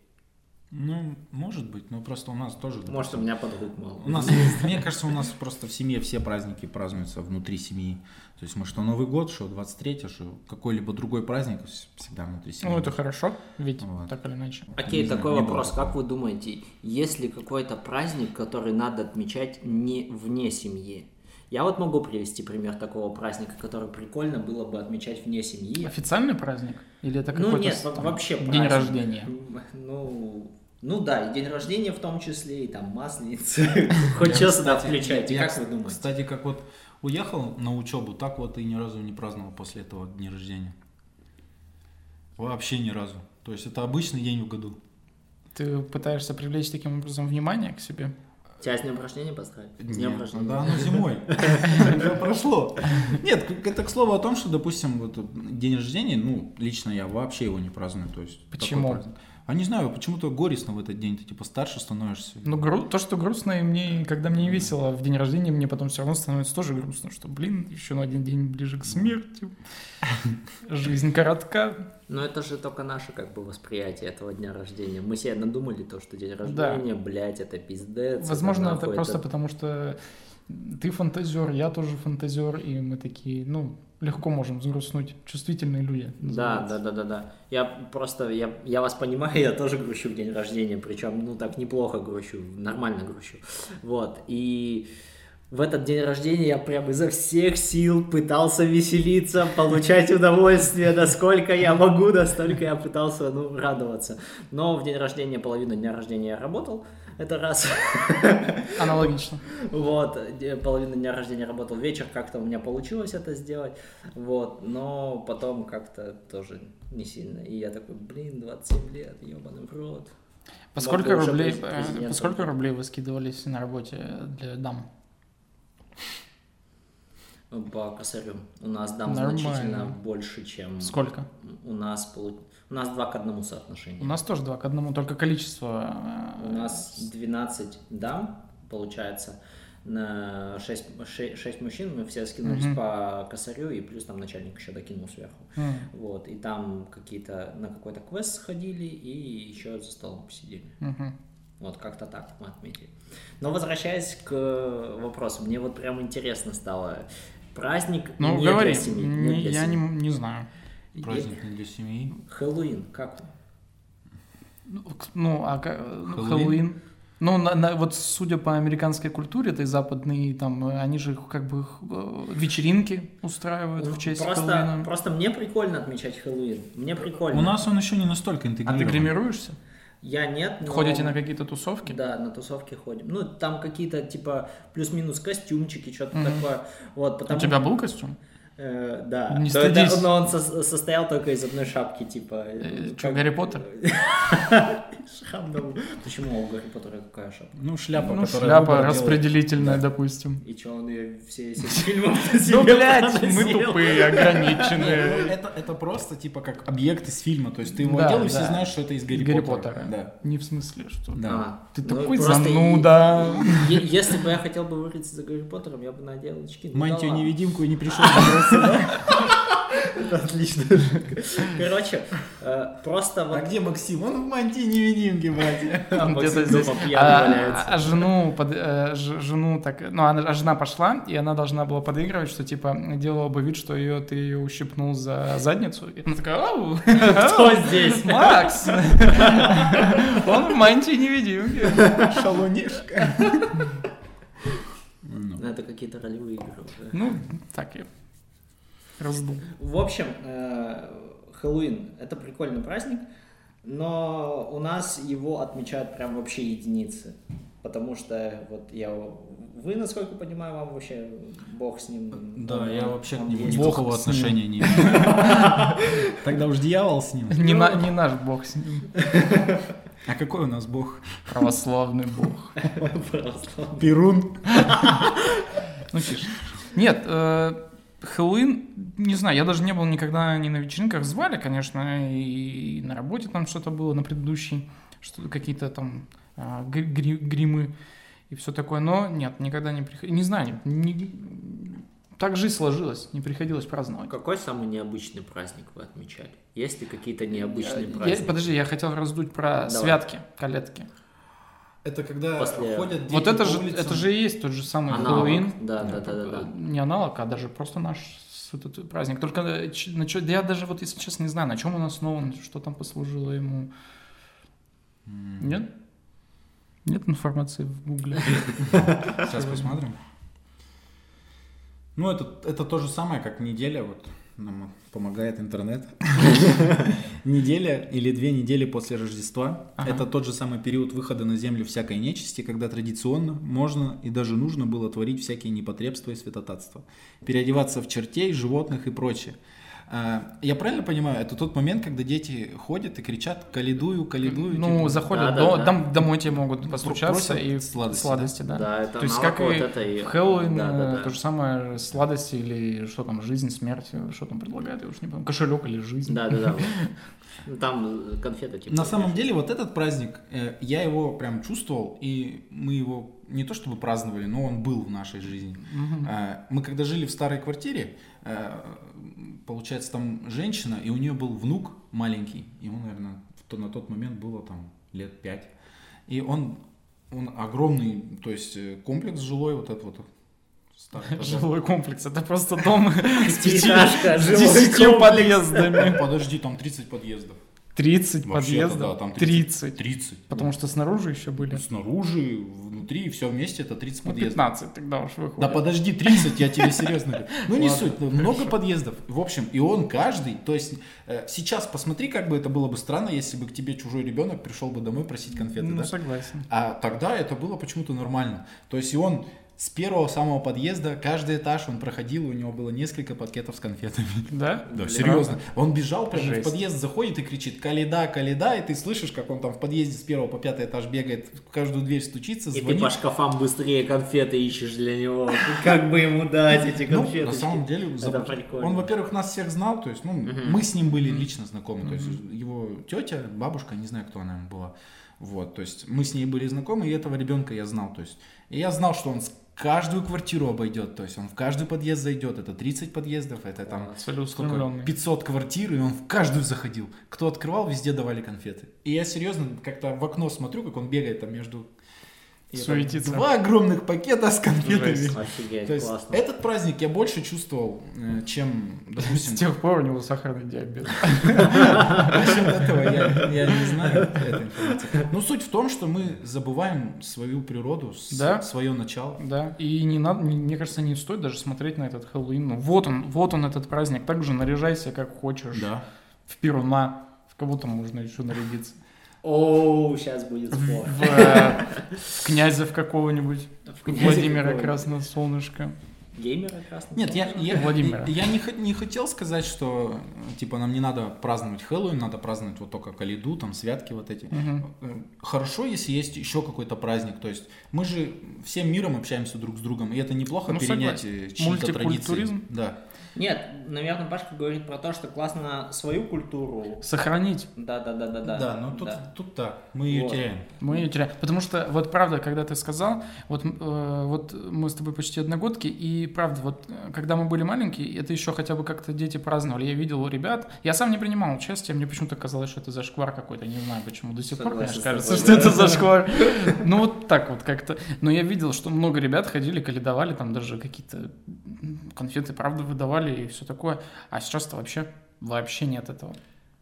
Ну, может быть, но просто у нас тоже...
Может, у меня подруг мало.
У нас есть- мне кажется, у нас просто в семье все праздники празднуются внутри семьи. То есть мы что Новый год, что 23 что какой-либо другой праздник вс- всегда внутри семьи.
Ну, это хорошо, ведь
Вот.
так или иначе.
Окей,
Не знаю,
такой
не было
вопрос.
такого.
Как вы думаете, есть ли какой-то праздник, который надо отмечать не вне семьи? Я вот могу привести пример такого праздника, который прикольно было бы отмечать вне семьи.
Официальный праздник? Или это
Ну
какой-то
нет,
там,
во- вообще
день
праздник.
рождения?
Ну, ну да, и день рождения в том числе, и там масленица. Хоть что сюда включайте,
Я,
как вы думаете?
Кстати, как вот уехал на учебу, так вот и ни разу не праздновал после этого дня рождения. Вообще ни разу. То есть это обычный день в году.
Ты пытаешься привлечь таким образом внимание к себе?
Тебя с днем рождения поздравить? С днем
ну
Нет,
рождения.
Да, оно зимой. Уже прошло. Нет, к- это к слову о том, что, допустим, вот день рождения, ну, лично я вообще его не праздную. То есть, такой
Почему?
праздник. А не знаю, почему-то горестно в этот день, ты типа старше становишься.
Ну, гру- то, что грустно, и мне, и когда мне не весело в день рождения, мне потом все равно становится тоже грустно, что, блин, еще на один день ближе к смерти. Жизнь коротка.
Но это же только наше как бы восприятие этого дня рождения. Мы себе надумали то, что день рождения, блядь, это пиздец.
Возможно, это
нахуй,
просто потому, что ты фантазер, я тоже фантазер, и мы такие, ну, легко можем взгрустнуть. Чувствительные люди.
Да,
называется.
да, да, да, да. Я просто, я, я вас понимаю, я тоже грущу в день рождения, причем, ну, так неплохо грущу, нормально грущу. Вот, и в этот день рождения я прям изо всех сил пытался веселиться, получать удовольствие, насколько я могу, настолько я пытался, ну, радоваться. Но в день рождения, половину дня рождения я работал, это раз.
Аналогично.
Вот, э, половину дня рождения работал вечер, как-то у меня получилось это сделать, вот, но потом как-то тоже не сильно, и я такой, блин, 27 лет, ебаный в рот.
По сколько
Мог бы уже
рублей,
быть
э,
президентом.
по сколько рублей вы скидывались на работе для дам?
Ну, По косарю. У нас дам
Нормально.
значительно больше, чем...
Сколько?
У нас, полу- у нас 2 к одному соотношение.
У нас тоже два к одному, только количество. э,
У нас 12 дам, получается, на 6, 6, мужчин, мы все скинулись
Мгм.
по косарю, и плюс там начальник еще докинул сверху.
м.
Вот, и там какие-то на какой-то квест сходили и еще за столом посидели.
Мгм.
Вот как-то так мы отметили. Но возвращаясь к э, вопросу, мне вот прям интересно стало. Праздник
Ну,
не
говори,
для семьи.
Не-
для
я не,
семьи.
не знаю.
И-
Праздник не для семьи.
Хэллоуин, как он?
Ну, к- Ну, а ка- ну,
Хэллоуин?
Хэллоуин? Ну, на- на- вот судя по американской культуре, этой западной, там, э, они же как бы х- э, вечеринки устраивают в честь
Ну, Просто,
Хэллоуина.
просто мне прикольно отмечать Хэллоуин. Мне прикольно.
У нас он еще не настолько
А ты
интегрирован.
гримируешься?
Я нет, но...
Ходите на какие-то тусовки?
Ну, Да, на тусовки ходим. Ну, там какие-то, типа, плюс-минус костюмчики, что-то такое. Вот, потому...
У тебя был костюм?
Э, да.
Не
То- да,
стыдись.
но он со- состоял только из одной шапки, типа...
Э,
ну,
чё,
как-
Гарри Поттер?
Шрам на лбу. Почему у Гарри Поттера какая шапка?
Ну, шляпа,
Ну,
которая
шляпа
выбор делает.
распределительная, допустим.
И че он ее все эти фильмы
Ну, блядь, мы тупые,
Ну,
ограниченные.
Это, это просто типа как объект из фильма. То есть ты его
Да,
делаешь,
да.
все знают, что это из Гарри,
Гарри Поттера.
Поттера. А. Да.
Не в смысле, что...
да.
Ты такой зануда.
Ну, Е- Если бы я хотел бы выразиться за Гарри Поттером, я бы надел очки. Ну да
Мантию
ладно.
невидимку и не пришел. добрался, да?
Отлично. Короче, э, просто
А
вот...
где Максим? Он в мантии невидимки, братья.
А,
Где-то
Максим дома
здесь.
пьяный
А
валяется.
а жену, под- э, ж- жену так, ну, она, а жена пошла, и она должна была подыгрывать, что, типа, делала бы вид, что ее, ты ее ущипнул за задницу. И она такая, ау,
Кто здесь?
Ну. Макс! Он в мантии невидимки.
Шалунишка.
Ну, Это какие-то ролевые игры уже.
Ну, так и раздул.
В общем, э, Хэллоуин — это прикольный праздник, но у нас его отмечают прям вообще единицы. Потому что вот я... Вы, насколько понимаю, вам вообще бог с ним.
Да,
Он-
я вообще к
он
нему
есть.
никакого
Бог с ним.
отношения не имею. Тогда уж дьявол с ним.
Ну,
Не, на- не наш бог с ним.
А какой у нас бог?
Православный бог.
Просто.
Перун.
Ну, тише. Нет, э, Хэллоуин, не знаю, я даже не был никогда ни на вечеринках. Звали, конечно, и на работе там что-то было, на предыдущей, что какие-то там а, гри- гри- гримы и все такое. Но нет, никогда не приходил. Не знаю, не- так жизнь сложилась, не приходилось праздновать.
Какой самый необычный праздник вы отмечали? Есть ли какие-то необычные
Я-
праздники?
подожди, я хотел раздуть про
Давай.
святки, калетки.
Это когда
После-
ходят дети
вот это
по
же,
улицам.
это же и есть тот же самый
Аналог.
Хэллоуин.
Да, да, да, да, да.
Не аналог, а даже просто наш с- этот праздник. Только э, ч- на чё- да я даже вот, если честно, не знаю, на чем он основан, что там послужило ему. Нет? Нет информации в гугле.
Сейчас посмотрим. Ну, это, это то же самое, как неделя, вот нам помогает интернет. Неделя или две недели после Рождества.
Ага.
Это тот же самый период выхода на землю всякой нечисти, когда традиционно можно и даже нужно было творить всякие непотребства и святотатства. Переодеваться в чертей, животных и прочее. А, Я правильно понимаю, это тот момент, когда дети ходят и кричат «Калидую, калидую».
Ну,
типа.
заходят,
Да, да,
до-
да.
дом- домой тебе могут постучаться
просят
и
сладости,
сладости, да.
Да, это
То есть
аналог
как
вот
и
этой-
в Хэллоуин,
Да, да,
э,
да.
то же самое сладости или что там, жизнь, смерть, э, что там предлагают, я уж не помню, кошелек или жизнь.
Да, да, да. вот. Ну, Там э, конфеты типа.
На самом деле, вот этот праздник, э, я его прям чувствовал, и мы его не то чтобы праздновали, но он был в нашей жизни. Э, Мы когда жили в старой квартире, э, получается, там женщина, и у нее был внук маленький, ему, наверное, на тот момент было там лет пять. И он, он огромный, то есть э, комплекс жилой, вот этот вот старый.
Жилой комплекс, это просто дом с пяти-
Пятиэтажка,
с
жилой
десятью
комплекс.
подъездами.
Подожди, там 30 подъездов.
30
Вообще-то,
подъездов?
да, там
30.
30.
Потому что снаружи еще были.
Ну, Снаружи, внутри, все вместе это 30
Ну,
подъездов.
15 тогда уж выходит.
Да подожди, 30, я тебе серьезно говорю. Ну не
Ладно,
суть, ну, много подъездов. В общем, и он каждый, то есть э, сейчас посмотри, как бы это было бы странно, если бы к тебе чужой ребенок пришел бы домой просить конфеты,
Ну,
да?
согласен.
А тогда это было почему-то нормально. То есть и он с первого самого подъезда, каждый этаж он проходил, и у него было несколько пакетов с конфетами.
Да?
Да, серьезно. Он бежал прямо
Жесть.
в подъезд, заходит и кричит «Каледа, каледа!» И ты слышишь, как он там в подъезде с первого по пятый этаж бегает, в каждую дверь стучится,
И ты
звонит.
по шкафам быстрее конфеты ищешь для него. Как бы ему дать эти
Ну,
конфеты?
на самом деле, заб-
прикольно.
он, во-первых, нас всех знал, то есть, ну, мы с ним были лично знакомы, то есть, его тетя, бабушка, не знаю, кто она ему была, вот, то есть, мы с ней были знакомы, и этого ребенка я знал, то есть, и я знал, что он с- каждую квартиру обойдет, то есть, он в каждый подъезд зайдет, это 30 подъездов, это там сколько,
Целеустремленный.
500 квартир, и он в каждую заходил. Кто открывал, везде давали конфеты. И я серьезно как-то в окно смотрю, как он бегает там между... и там
Суетится.
Два огромных пакета с конфетами.
Жесть.
Офигеть,
То есть
классно.
этот праздник я больше чувствовал, э, чем, допустим,
С тех пор у него сахарный диабет.
насчет этого я, я не знаю этой информации. Но суть в том, что мы забываем свою природу, с-
Да.
свое начало.
Да, и не надо, не- мне кажется, не стоит даже смотреть на этот Хэллоуин. Ну, вот он, вот он этот праздник. Также наряжайся как хочешь.
Да.
В перуна. В кого там можно еще нарядиться?
Оу, сейчас будет спор.
в, э, в князя в какого-нибудь,
В князя
Владимира
какого-нибудь.
Красного Солнышка.
Геймера красного?
Нет, я, я,
Владимира.
я не, хо- не хотел сказать, что э, типа нам не надо праздновать Хэллоуин, надо праздновать вот только Калиду, там святки вот эти.
Мгм.
Э, Хорошо, если есть еще какой-то праздник. То есть мы же всем миром общаемся друг с другом, и это неплохо
Ну,
перенять э, чьи-то традиции.
Мультикультуризм.
Да.
Нет, наверное, Пашка говорит про то, что классно свою культуру.
Сохранить.
Да-да-да-да-да.
Да, но тут,
Да.
тут да, мы ее
Вот.
теряем.
Мы ее теряем. Потому что, вот правда, когда ты сказал, вот, м, э, вот мы с тобой почти одногодки, и правда, вот э, когда мы были маленькие, это еще хотя бы как-то дети праздновали. Я видел у ребят, я сам не принимал участия, мне почему-то казалось, что это зашквар какой-то, не знаю почему, до сих пор,
Согласен
конечно,
с
кажется,
тобой,
что
да.
это зашквар. Ну вот так вот как-то. Но я видел, что много ребят ходили, каледовали, там даже какие-то м, конфеты, правда, выдавали и все такое. А сейчас-то вообще вообще нет этого.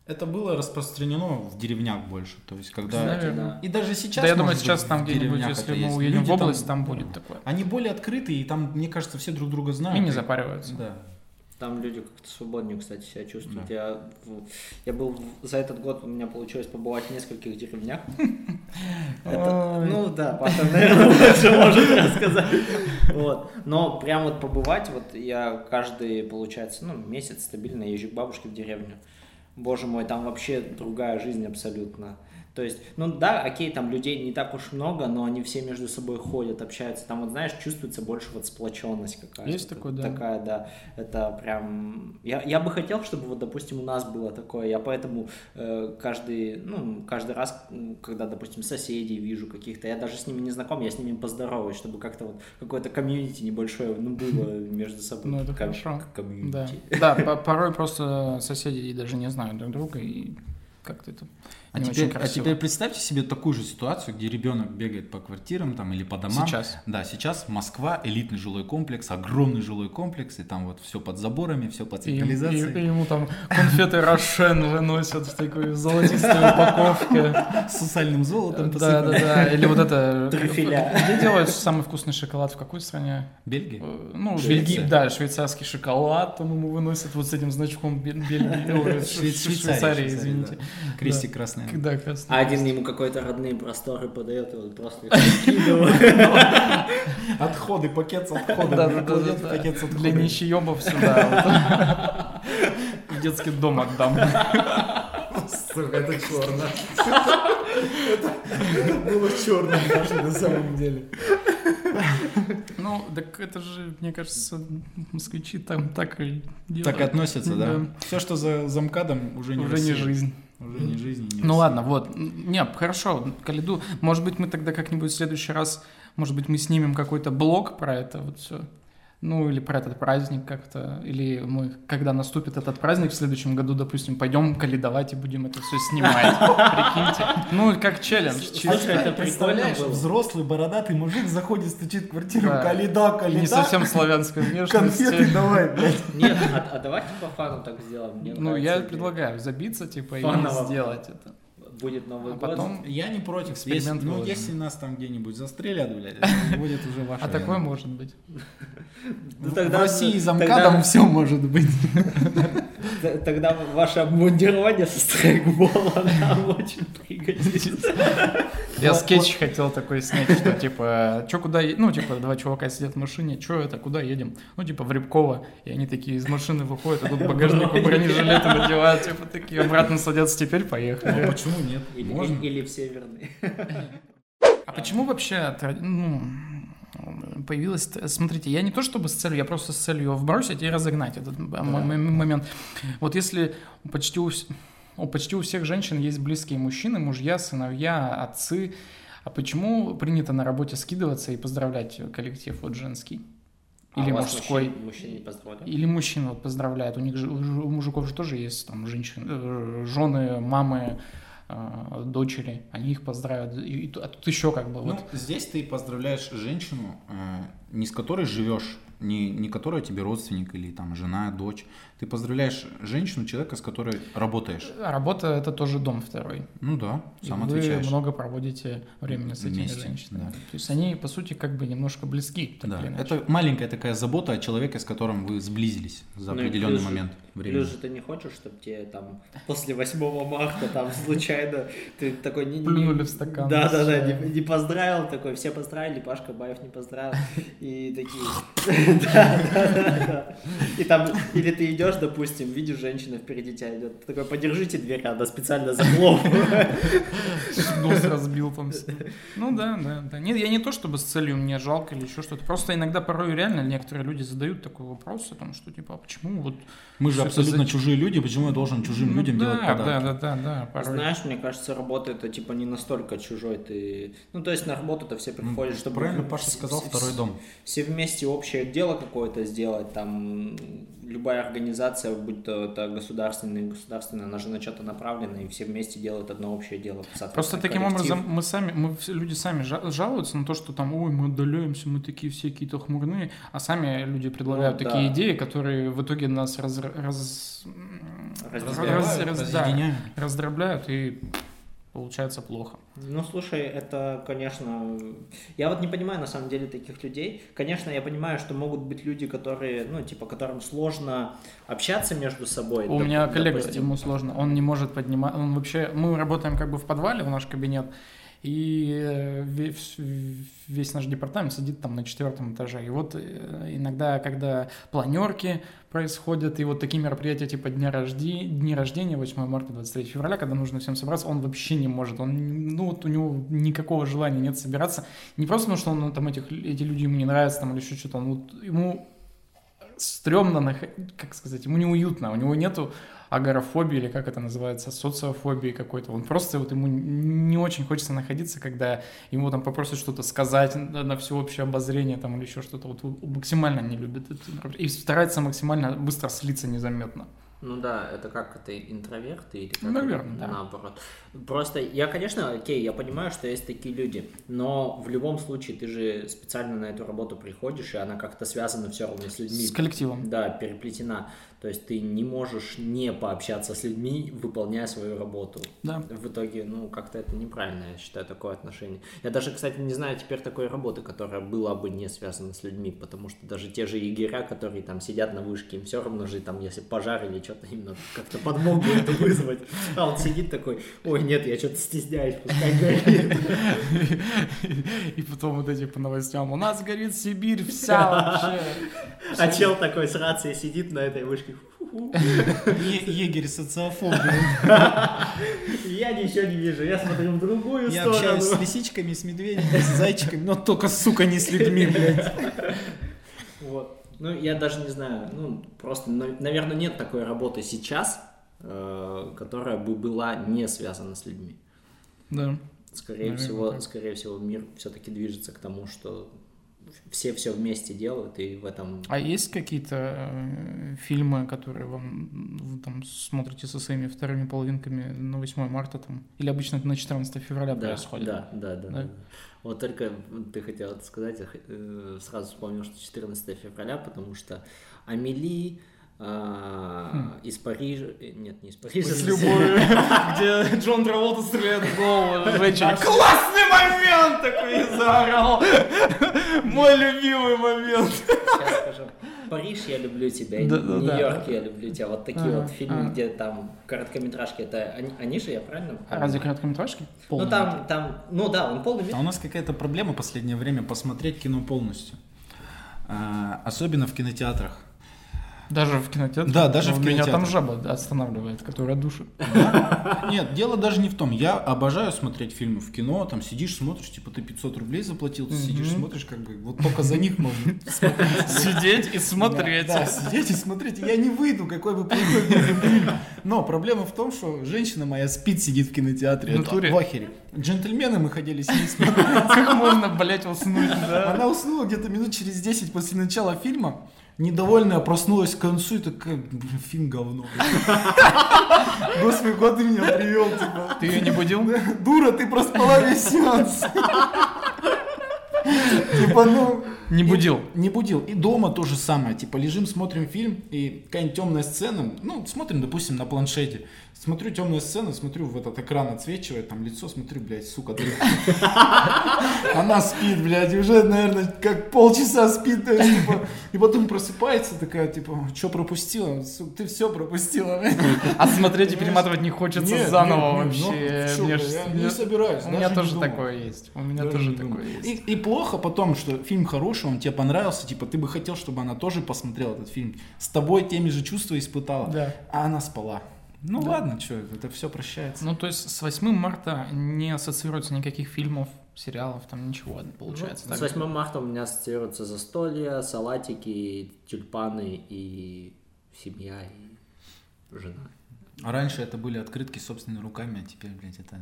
Это было распространено в деревнях больше, то есть когда...
Наверное.
И даже сейчас...
Да, я думаю,
может быть,
сейчас
в
там где-нибудь,
деревнях
если
это
мы
есть.
уедем
Люди
в область, там будет такое.
Они более открытые, и там, мне кажется, все друг друга знают.
И не запариваются.
Да.
Там люди как-то свободнее, кстати, себя чувствуют.
Да.
Я, в- я был в- за этот год у меня получилось побывать в нескольких деревнях. Это-
Ой.
Ну да, Паша, наверное, лучше может рассказать. Вот. Но прям вот побывать, вот я каждый, получается, ну, месяц стабильно езжу к бабушке в деревню. Боже мой, там вообще другая жизнь абсолютно. То есть, ну да, окей, там людей не так уж много, но они все между собой ходят, общаются. Там вот, знаешь, чувствуется больше вот сплоченность какая-то.
Есть такое, да.
Такая, да. Это прям... Я, я бы хотел, чтобы вот, допустим, у нас было такое. Я поэтому э, каждый, ну, каждый раз, м, когда, допустим, соседей вижу каких-то, я даже с ними не знаком, я с ними поздороваюсь, чтобы как-то вот какое-то комьюнити небольшое, ну, было между собой.
Ну, это
Ком-
хорошо.
Комьюнити.
Да, да по- порой просто соседи и даже не знают друг друга, и как-то это
А
не
теперь,
очень
а
красиво.
теперь представьте себе такую же ситуацию, где ребенок бегает по квартирам там, или по домам.
Сейчас.
Да, сейчас Москва, элитный жилой комплекс, огромный жилой комплекс, и там вот все под заборами, все под
И, им- и-
сигнализацией.
и ему там конфеты Рошен выносят в такой золотистой упаковке.
С социальным золотом
Да, да, да. Или вот это... э,
Трюфеля.
Где делают самый вкусный шоколад? В какой стране? Э,
Бельгия?
Ну,
Швеция.
Бельгия, да, швейцарский шоколад, там ему выносят вот с этим значком Бе- Бельгии, ой, Ш-
Шве-
Швейцарии,
Швейцария,
извините.
да. Крестик красный.
Да, красный.
А один ему какой-то родные просторы подает, и он просто их скидывает.
Отходы, пакет с
Да, да, да, да, да. Для нищеёбов сюда. а вот. В детский дом отдам.
Сука, это черно. Это было черно даже на самом деле.
Ну, так это же, мне кажется, москвичи там так и делают.
Так относятся, да?
Да.
Все, что за замкадом, уже не
Уже не
Россия.
жизнь.
Уже не жизнь. и не
Ну
Россия.
ладно, вот. Не, хорошо, Калиду. Может быть, мы тогда как-нибудь в следующий раз, может быть, мы снимем какой-то блог про это вот все. Ну, или про этот праздник как-то. Или мы, когда наступит этот праздник в следующем году, допустим, пойдем калидовать и будем это все снимать. Прикиньте. Ну, как челлендж. чисто.
это прикольно
Представляешь,
было.
взрослый бородатый мужик заходит, стучит в квартиру,
Да.
каледа, каледа,
Не совсем славянской
конфеты
внешности.
давай, блядь.
Нет, а, а давайте по фану так сделаем. Мне
Ну,
нравится
я
идея.
предлагаю забиться, типа,
Фаново.
и сделать это.
Будет Новый
А
год.
потом-
Я не против.
Эксперимент
Если- ну,
выложен.
если нас там где-нибудь застрелят, блядь, это будет уже ваша
А такое
вина.
может быть.
Ну,
В-
тогда-
в России за
тогда-
МКАДом все может быть.
т- Тогда ваше обмундирование со страйкбола нам очень пригодится.
Я скетч хотел такой снять, что типа, чё куда, е- ну типа два чувака сидят в машине, чё это, куда едем? Ну типа в Рябково, и они такие из машины выходят, а тут багажнику бронежилеты надевают, типа такие обратно садятся, теперь поехали.
А Почему нет?
Или,
Можно.
или в Северный.
А почему вообще, тра- ну, появилась, т- смотрите, я не то чтобы с целью, я просто с целью вбросить и разогнать этот м- м- м- момент. Вот если почти у, вс- у почти у всех женщин есть близкие мужчины, мужья, сыновья, отцы, а почему принято на работе скидываться и поздравлять коллектив вот женский? Или
А у вас
мужской?
мужчин- мужчин не поздравляют?
Или мужчин вот поздравляют. У них же у ж- у мужиков же тоже есть там женщины, э, жены, мамы, э, дочери. Они их поздравят. И- и т- а тут еще как бы вот.
Ну, здесь ты поздравляешь женщину, э, не с которой живешь, не, не которая тебе родственник или там жена, дочь. Ты поздравляешь женщину, человека, с которой работаешь.
А Работа это тоже дом второй.
Ну да,
И
сам
вы
отвечаешь.
много проводите времени с этими
Вместе,
женщинами.
да.
То есть они, по сути, как бы немножко близки. так
Да,
или иначе.
это маленькая такая забота о человеке, с которым вы сблизились за
Ну и
определенный
плюс же-
момент. времени.
Плюс же ты не хочешь, чтобы тебе там после 8 марта там случайно ты такой не... не-
Плюнули в стакан. э,
Да, да, да, не, не поздравил такой, все поздравили, Пашка Баев не поздравил. И такие... Да, да, да, да. И там, или ты идешь, допустим, видишь, женщина впереди тебя идет, ты такой, подержите дверь, она специально захлопнула.
Нос разбил там все. Ну да, да, да. Нет, я не то чтобы с целью мне жалко или еще что-то. Просто иногда порой реально некоторые люди задают такой вопрос о том, что типа, а почему вот...
Мы же
всё это
абсолютно
за-
чужие люди, почему я должен чужим
Ну
людям
да,
делать подарки?
Да, да, да, да, порой.
Знаешь, мне кажется, работа это типа не настолько чужой ты... Ну, то есть на работу-то все
Ну,
приходят, чтобы...
Правильно
в-
Паша
в-
сказал,
в-
второй дом.
все вместе общее дело какое-то сделать, там любая организация, будь то это государственная, не государственная, она же на что-то направлена, и все вместе делают одно общее дело. соответственно,
Просто таким
Э, коллектив.
образом мы сами, мы все- люди сами жа- жалуются на то, что там, ой, мы отдаляемся, мы такие все какие-то хмурные, а сами люди предлагают
Ну,
такие
да.
идеи, которые в итоге нас раз, раз- м,
Разбивают,
раз- раз- да,
разъединяют.
раздробляют и получается плохо.
Ну, слушай, это, конечно... Я вот не понимаю, на самом деле, таких людей. Конечно, я понимаю, что могут быть люди, которые, ну, типа, которым сложно общаться между собой.
У
доп-
меня коллега,
допустим.
ему сложно, он не может поднимать, он вообще, мы работаем как бы в подвале, в наш кабинет, и э, ве- вс- весь, наш департамент сидит там на четвертом этаже. И вот э, иногда, когда планерки происходят, и вот такие мероприятия типа дня рожди... дни рождения, 8 марта, 23 февраля, когда нужно всем собраться, он вообще не может. Он, ну, вот у него никакого желания нет собираться. Не просто потому, что он, ну, там этих, эти люди ему не нравятся там, или еще что-то, он вот, ему стрёмно, нах- как сказать, ему неуютно, у него нету агорафобии или как это называется, социофобии какой-то. Он просто вот ему не очень хочется находиться, когда ему там попросят что-то сказать на на всеобщее обозрение там или еще что-то. Вот он максимально не любит это мероприятие. и старается максимально быстро слиться незаметно.
Ну да, это как это интроверты или как
Наверно,
это
да.
наоборот. Просто я, конечно, окей, я понимаю, что есть такие люди, но в любом случае ты же специально на эту работу приходишь, и она как-то связана все равно с людьми.
С коллективом.
Да, переплетена. То есть ты не можешь не пообщаться с людьми, выполняя свою работу.
Да.
В итоге, ну, как-то это неправильно, я считаю, такое отношение. Я даже, кстати, не знаю теперь такой работы, которая была бы не связана с людьми, потому что даже те же егеря, которые там сидят на вышке, им все равно же там, если пожар или что-то, им надо как-то подмогу это вызвать. А он сидит такой, ой, нет, я что-то стесняюсь, пускай горит.
И потом вот эти по новостям. У нас горит Сибирь вся вообще.
А чел такой с рацией сидит на этой вышке, «Фу-фу-фу,
Егерь социофоб.
я ничего не вижу, я смотрю в другую
Я
сторону.
общаюсь с лисичками, с медведями, с зайчиками, но только, сука, не с людьми, блядь.
Вот. Ну, я даже не знаю, ну, просто, наверное, нет такой работы сейчас, э, которая бы была не связана с людьми.
Да.
Скорее
Наверное,
всего,
так.
скорее всего, мир все-таки движется к тому, что все все вместе делают, и в этом...
А есть какие-то э, фильмы, которые вам м, вы там смотрите со своими вторыми половинками на 8 марта там? Или обычно это на 14 февраля
да,
происходит?
да, да, да,
Да?
да. Вот только ты хотел это сказать, я х- э, сразу вспомнил, что 14 февраля, потому что Амели а,
Хм.
из Парижа... э, Нет, не из Парижа.
С
из-
любовью, где Джон Траволта стреляет в голову женщине. Классный момент такой и заорал. Мой любимый момент.
Сейчас скажу. Париж, я люблю тебя, и
Да, да, да.
Нью-Йорк, я люблю тебя. Вот такие
Ага,
вот фильмы,
ага.
где там короткометражки, это они, они же, я правильно?
А
помню?
разве короткометражки?
Ну
Полные.
там, там, ну да, он полный
А
метр.
у нас какая-то проблема последнее время посмотреть кино полностью. А, Особенно в кинотеатрах.
Даже в кинотеатре?
Да, даже
Ну,
в
Меня там
кинотеатре.
жаба останавливает, которая душит.
Нет, дело даже не в том. Я обожаю смотреть фильмы в кино. Там сидишь, смотришь, типа ты 500 рублей заплатил, ты сидишь,
Мгм.
смотришь, как бы вот только за них можно
Сидеть и смотреть.
Да, да, сидеть и смотреть. Я не выйду, какой бы плохой фильм был. Но проблема в том, что женщина моя спит, сидит в кинотеатре.
В
Это
натуре?
в ахере. Джентльмены мы ходили с ней смотреть.
Как можно, блять, уснуть, да?
Она уснула где-то минут через 10 после начала фильма. Недовольная проснулась к концу и такая, «Блин, фильм говно. Господи, куда ты меня привел? Типа.
Ты ее не будил?
Дура, ты проспала весь сеанс. Типа, ну...
Не будил.
Не будил. И дома то же самое. Типа лежим, смотрим фильм, и какая-нибудь темная сцена, ну, смотрим, допустим, на планшете. Смотрю темные сцены, смотрю, в этот экран отсвечивает, там лицо, смотрю, блядь, сука, ты. Она спит, блядь, и уже, наверное, как полчаса спит. то есть, типа, И потом просыпается такая, типа, что пропустила? Су- Ты все пропустила. блядь».
А смотреть и
Понимаешь?
перематывать не хочется
Нет,
заново
нет, нет,
вообще.
ну, чё,
Мне
блядь,
ж-
я
мне-
не собираюсь.
У меня
даже не
тоже
думал.
такое есть. У меня
Даже
тоже
не думал.
такое есть.
И, и плохо потом, что фильм хороший, он тебе понравился, типа ты бы хотел, чтобы она тоже посмотрела этот фильм, с тобой теми же чувства испытала,
Да.
а она спала. Ну ладно, что, это все прощается.
Ну, то есть с 8 марта не ассоциируется никаких фильмов, сериалов, там ничего
Ну,
получается.
Ну, С
так?
8 марта у меня ассоциируются застолья, салатики, тюльпаны и семья, и жена.
А раньше это были открытки собственными руками, а теперь, блядь, это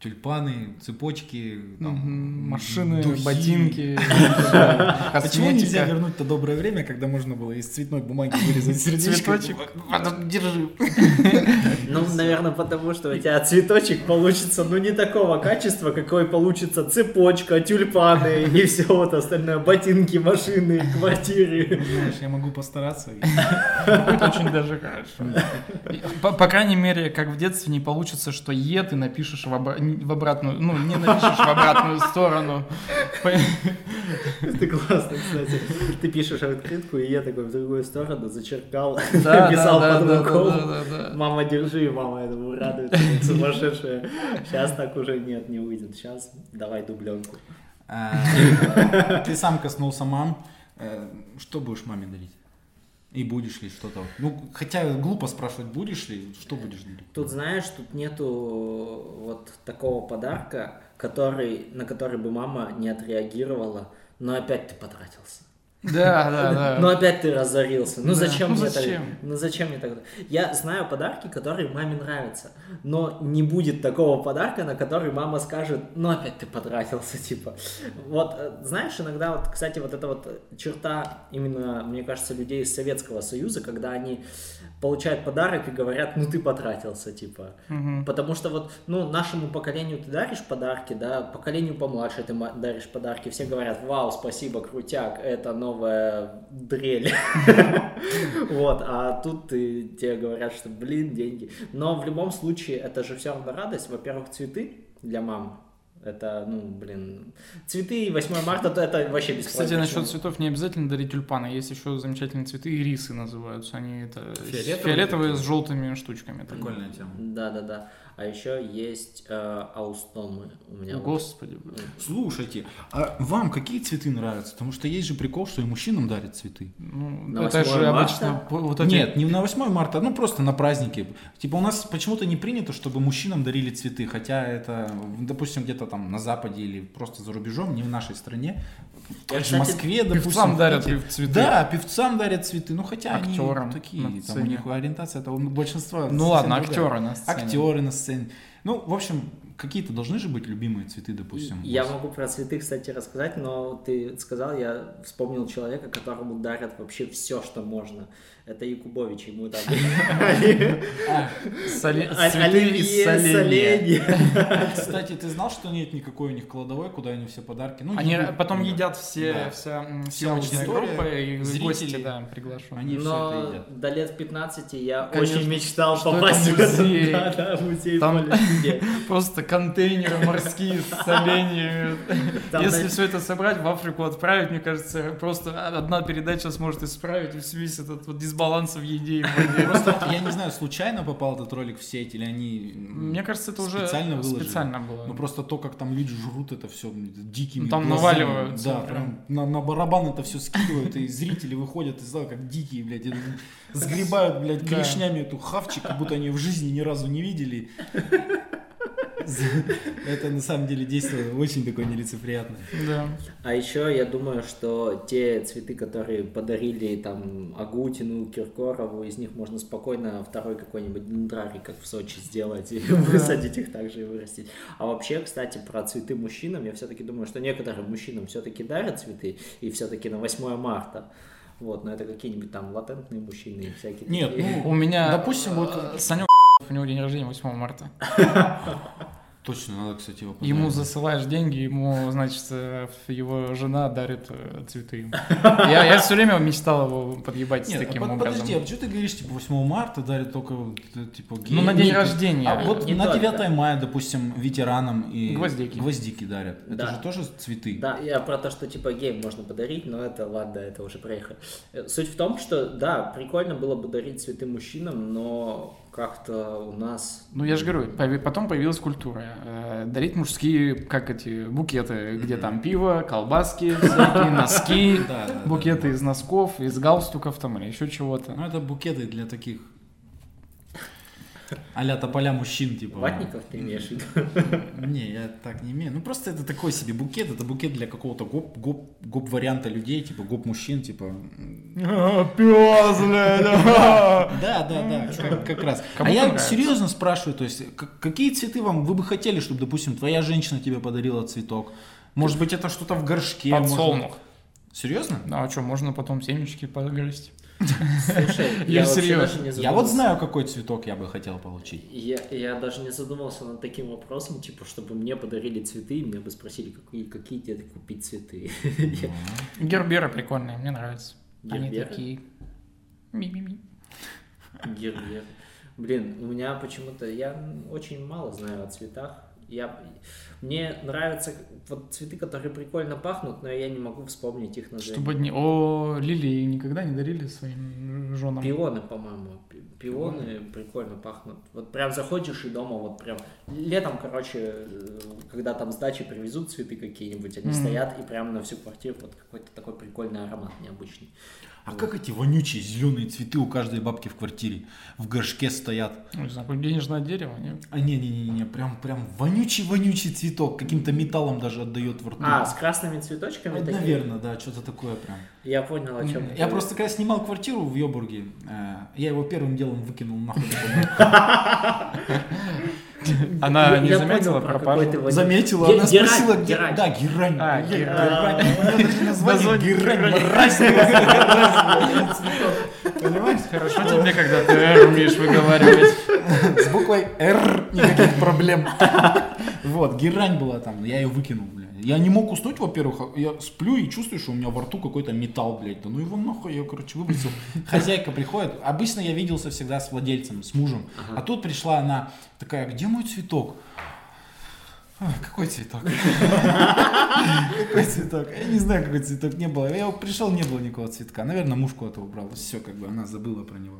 тюльпаны, цепочки, там,
Мгм, Машины,
духи. А
ботинки,
Почему нельзя
косметика.
вернуть то доброе время, когда можно было из цветной бумаги вырезать сердечко?
Цветочек. Потом держи.
Ну, наверное, потому что у тебя цветочек получится, ну, не такого качества, какой получится цепочка, тюльпаны и все вот остальное, ботинки, машины, квартиры.
Знаешь, я могу постараться. и-
Будет очень даже хорошо. И, По, по крайней мере, как в детстве, не получится, что Е ты напишешь в, обра- в обратную, ну, не напишешь в обратную сторону. Пон-
Это классно, кстати. Ты пишешь открытку, и я такой в другую сторону зачеркал,
Да,
написал
да,
под
да,
рукой.
да, да, да, да.
Мама, держи, мама этому радуется, как сумасшедшая. Сейчас так уже нет, не выйдет. Сейчас давай дубленку.
А, Ты сам коснулся мам. Э, Что будешь маме дарить? И будешь ли что-то? вот? Ну, хотя глупо спрашивать, будешь ли, что будешь дарить?
Тут, знаешь, тут нету вот такого подарка, который, на который бы мама не отреагировала, но опять ты потратился.
Да, да,
Но
да.
опять ты разорился. Ну
Да.
зачем
Ну
мне
зачем?
так? Ну зачем мне так? Я знаю подарки, которые маме нравятся, но не будет такого подарка, на который мама скажет, ну опять ты потратился, типа. Вот, э, знаешь, иногда вот, кстати, вот эта вот черта именно, мне кажется, людей из Советского Союза, когда они получают подарок и говорят, ну ты потратился, типа.
Мгм.
Потому что вот, ну, нашему поколению ты даришь подарки, да, поколению помладше ты ма- даришь подарки, все говорят, вау, спасибо, крутяк, это новая дрель. Вот, а тут ты, тебе говорят, что, блин, деньги. Но в любом случае это же все равно радость. Во-первых, цветы для мам. Это, ну, блин, цветы и 8 марта, то это вообще без
Кстати, насчет цветов не обязательно дарить тюльпаны. Есть еще замечательные цветы, ирисы называются. Они это с-
Фиолетовые
фиолетовые
такие?
с желтыми штучками. Это
Прикольная тема.
Да-да-да. А еще есть э, аустомы у меня. вот.
Господи, блин.
Слушайте, а вам какие цветы нравятся? Потому что есть же прикол, что и мужчинам дарят цветы.
Ну,
На
это
8
же
марта?
обычно по- вот эти...
Нет, не на 8 марта, ну просто на праздники. Типа у нас почему-то не принято, чтобы мужчинам дарили цветы, хотя это, допустим, где-то там на Западе или просто за рубежом, не в нашей стране. В той же
Я, кстати,
Москве, допустим.
Певцам
в
дарят
Питере.
цветы.
Да, певцам дарят цветы, ну хотя
Актерам
они такие,
на
там у
сцене.
них ориентация, это у большинства.
Ну
совсем
ладно,
другая.
актеры на сцене.
Актеры на сцене. Ну, в общем, какие-то должны же быть любимые цветы, допустим. у
Я
вас.
могу про цветы, кстати, рассказать, но ты сказал, я вспомнил человека, которому дарят вообще все, что можно. Это Якубович, ему там
Соли-
О-
Цветы
оливье,
из соленья.
Кстати, ты знал, что нет никакой у них кладовой, куда они все подарки? Ну,
Они
еду,
потом
например.
едят все,
Да.
вся м,
Вся
съемочная
аудитория,
группа и
зрители.
гости, да, приглашены.
Они все это
Но
едят.
до лет 15 я
Конечно,
очень мечтал
что
попасть
это
в этот
музей.
да, да, музей
Там-
поля чудес.
Просто контейнеры морские с соленьями.
Там,
Если
знаешь-
все это собрать, в Африку отправить, мне кажется, просто одна передача сможет исправить весь этот вот дисбаланс в еде и в воде.
Просто я не знаю, случайно попал этот ролик в сеть или они... м,
Мне кажется, это уже
Специально выложили.
специально было.
Ну просто то, как там люди жрут это все дикими
Ну, там
глазами.
наваливаются
Да,
прям.
прям на, на барабан это все скидывают, и зрители выходят из зала как дикие, блядь, и сгребают, блядь,
Да.
клешнями эту хавчик, как будто они в жизни ни разу не видели. Это на самом деле действие очень такое нелицеприятное.
Да.
А еще я думаю, что те цветы, которые подарили там Агутину, Киркорову, из них можно спокойно второй какой-нибудь дендрарий, как в Сочи, сделать и высадить их также и вырастить. А вообще, кстати, про цветы мужчинам, я все-таки думаю, что некоторым мужчинам все-таки дарят цветы, и все-таки на 8 марта. Вот, но это какие-нибудь там латентные мужчины и всякие
Нет,
такие.
ну,
У меня, э,
допустим, вот
Санек, у него день рождения 8 марта.
Точно, надо, кстати, его
Ему
поздравить.
засылаешь деньги, ему, значит, э, его жена дарит э, цветы ему. Я, я все время мечтал его подъебать
Нет,
с таким
а под-
образом.
подожди, а почему ты говоришь, типа, 8 марта дарит только, вот, э, типа,
Ну, на
геям?
день
Нет,
рождения.
А вот
Не
на
только.
9 мая, допустим, ветеранам и
Гвоздики.
гвоздики дарят. Это
Да.
же тоже цветы.
Да, я про то, что типа гейм можно подарить, но это ладно, это уже проехали. Э, Суть в том, что да, прикольно было бы дарить цветы мужчинам, но как-то у нас
Ну, я же говорю, появи- потом появилась культура. э, Дарить мужские, как эти, букеты, где там пиво, колбаски, всякие носки,
Да, да, да.
букеты из носков, из галстуков там или еще чего-то.
Ну, это букеты для таких а-ля тополя мужчин, типа.
ватников ты имеешь в виду?
Не, я так не имею. Ну, просто это такой себе букет. Это букет для какого-то гоп, гоп, гоп варианта людей, типа гоп мужчин, типа. м.
Пес, блядь!
Да, да, да, как, как раз.
Кому
а я
понравится.
серьезно спрашиваю, то есть, к- какие цветы вам вы бы хотели, чтобы, допустим, твоя женщина тебе подарила цветок? Может быть, это что-то в горшке? может-
Подсолнух.
Серьезно?
Ну, а что, можно потом семечки погрызть?
Слушай,
Я
я вообще
серьёзно.
даже не задумался.
Я вот знаю, какой цветок я бы хотел получить.
Я, я даже не задумался над таким вопросом, типа, чтобы мне подарили цветы, и меня бы спросили, какие, какие тебе купить цветы.
Герберы прикольные, мне нравятся. Они
Герберы?
такие... Ми-ми-ми.
Гербер. Блин, у меня почему-то я очень мало знаю о цветах. Я мне нравятся вот цветы, которые прикольно пахнут, но я не могу вспомнить их название.
Чтобы не... О, лилии никогда не дарили своим женам?
Пионы, по-моему. Пи- Пионы прикольно пахнут. Вот прям заходишь и дома, вот прям летом, короче, э, когда там с дачи привезут цветы какие-нибудь, они
Мгм.
стоят и прям на всю квартиру вот какой-то такой прикольный аромат необычный.
А как эти вонючие зеленые цветы у каждой бабки в квартире? В горшке стоят.
Ну, не знаю, какое денежное дерево, не?
А не-не-не, прям прям вонючий-вонючий цветок, каким-то металлом даже отдает во рту.
А, с красными цветочками
Вот,
такие?
наверное, да, что-то такое прям.
Я понял, о чем.
Я просто когда снимал квартиру в Йобурге, э, я его первым делом выкинул нахуй.
Она
Я-
не
я
заметила
понял, про
пропажу?
какой ты вонючий.
Заметила,
Ге-
она
герань,
спросила, где...
герань.
Да, герань.
А,
блядь,
герань.
У меня даже название
Название
герань,
герань.
мразь, блядь, цветок. Понимаешь?
Хорошо тебе, когда ты «Р» умеешь выговаривать.
С буквой «Р» никаких проблем. Вот, герань была там, я ее выкинул, бля. Я не мог уснуть, во-первых, а я сплю и чувствую, что у меня во рту какой-то металл, блядь. Да ну его нахуй, я, короче, выбросил. Хозяйка приходит, обычно я виделся всегда с владельцем, с мужем. А тут пришла она такая, где мой цветок? Ой, какой цветок? Какой цветок? Я не знаю, какой цветок не было. Я вот пришел, не было никакого цветка. Наверное, муж куда-то убрал. Все, как бы она забыла про него.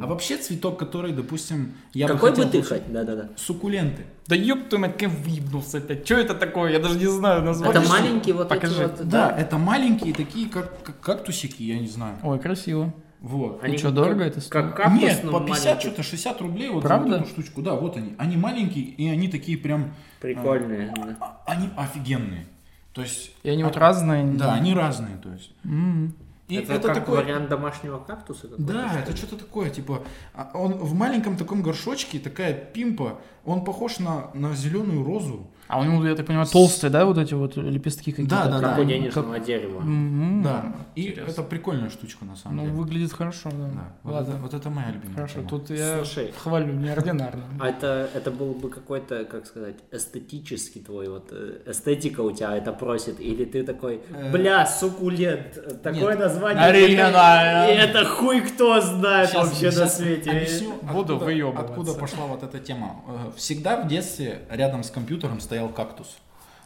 А вообще цветок, который, допустим, я
Какой бы,
хотел
ты
получить-
хотел? Да-да-да.
Суккуленты.
Да ёб твою мать, как выебнулся это? Что это такое? Я даже не знаю название.
Это маленькие вот
Покажи.
эти вот.
Да, это маленькие такие, как, как кактусики, я не знаю.
Ой, красиво.
Вот.
чё, дорого это стоит?
Как кактус,
Нет,
но
по 50,
маленький.
что-то 60 рублей вот
Правда?
за вот эту штучку. Да, вот они. Они маленькие, и они такие прям...
Прикольные. да.
а- Они офигенные. То есть...
И они вот разные.
Да, они разные, то есть.
М.
И
это, как вариант домашнего кактуса какой-то,
Да,
что ли?
это что-то такое, типа, а, он в маленьком таком горшочке, такая пимпа, он похож на, на зеленую розу.
А у него, я так понимаю, толстые, да, вот эти вот лепестки какие-то?
Да, да,
Как у
да.
денежного дерева.
М.
Да, и это прикольная штучка на самом
Ну,
деле.
выглядит хорошо,
Да,
да.
вот,
Ладно.
это, вот это моя любимая.
Хорошо,
тема.
тут я
Слушай.
хвалю неординарно.
А это, это был бы какой-то, как сказать, эстетический твой, вот э, эстетика у тебя это просит, или ты такой,
Э.
бля, суккулент, э, такое название,
Оригинально.
и это хуй кто знает
Щас-
вообще на
щас
свете.
объясню,
Буду
откуда-
выёбываться.
Откуда пошла вот эта тема? Э, Всегда в детстве рядом с компьютером стоял кактус.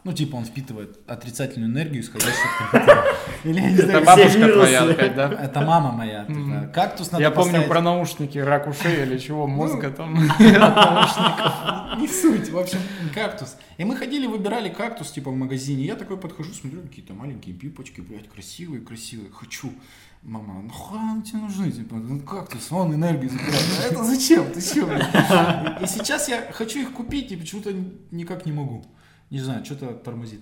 Ну, типа он впитывает отрицательную энергию, исходящую от компьютера. Или я не
Это
знаю,
бабушка
вирусы.
твоя опять, да?
Это мама моя. такая, Кактус надо
Я помню
поставить».
про наушники, рак ушей или чего, мозга там.
Не суть, в общем, кактус. И мы ходили, выбирали кактус, типа, в магазине. Я такой подхожу, смотрю, какие-то маленькие пипочки, блядь, красивые, красивые, хочу. Мама, ну хрен тебе нужны, типа, ну кактус, он энергию забирает. А это зачем? Ты чё, блядь? И сейчас я хочу их купить, и почему-то никак не могу. Не знаю, что-то тормозит.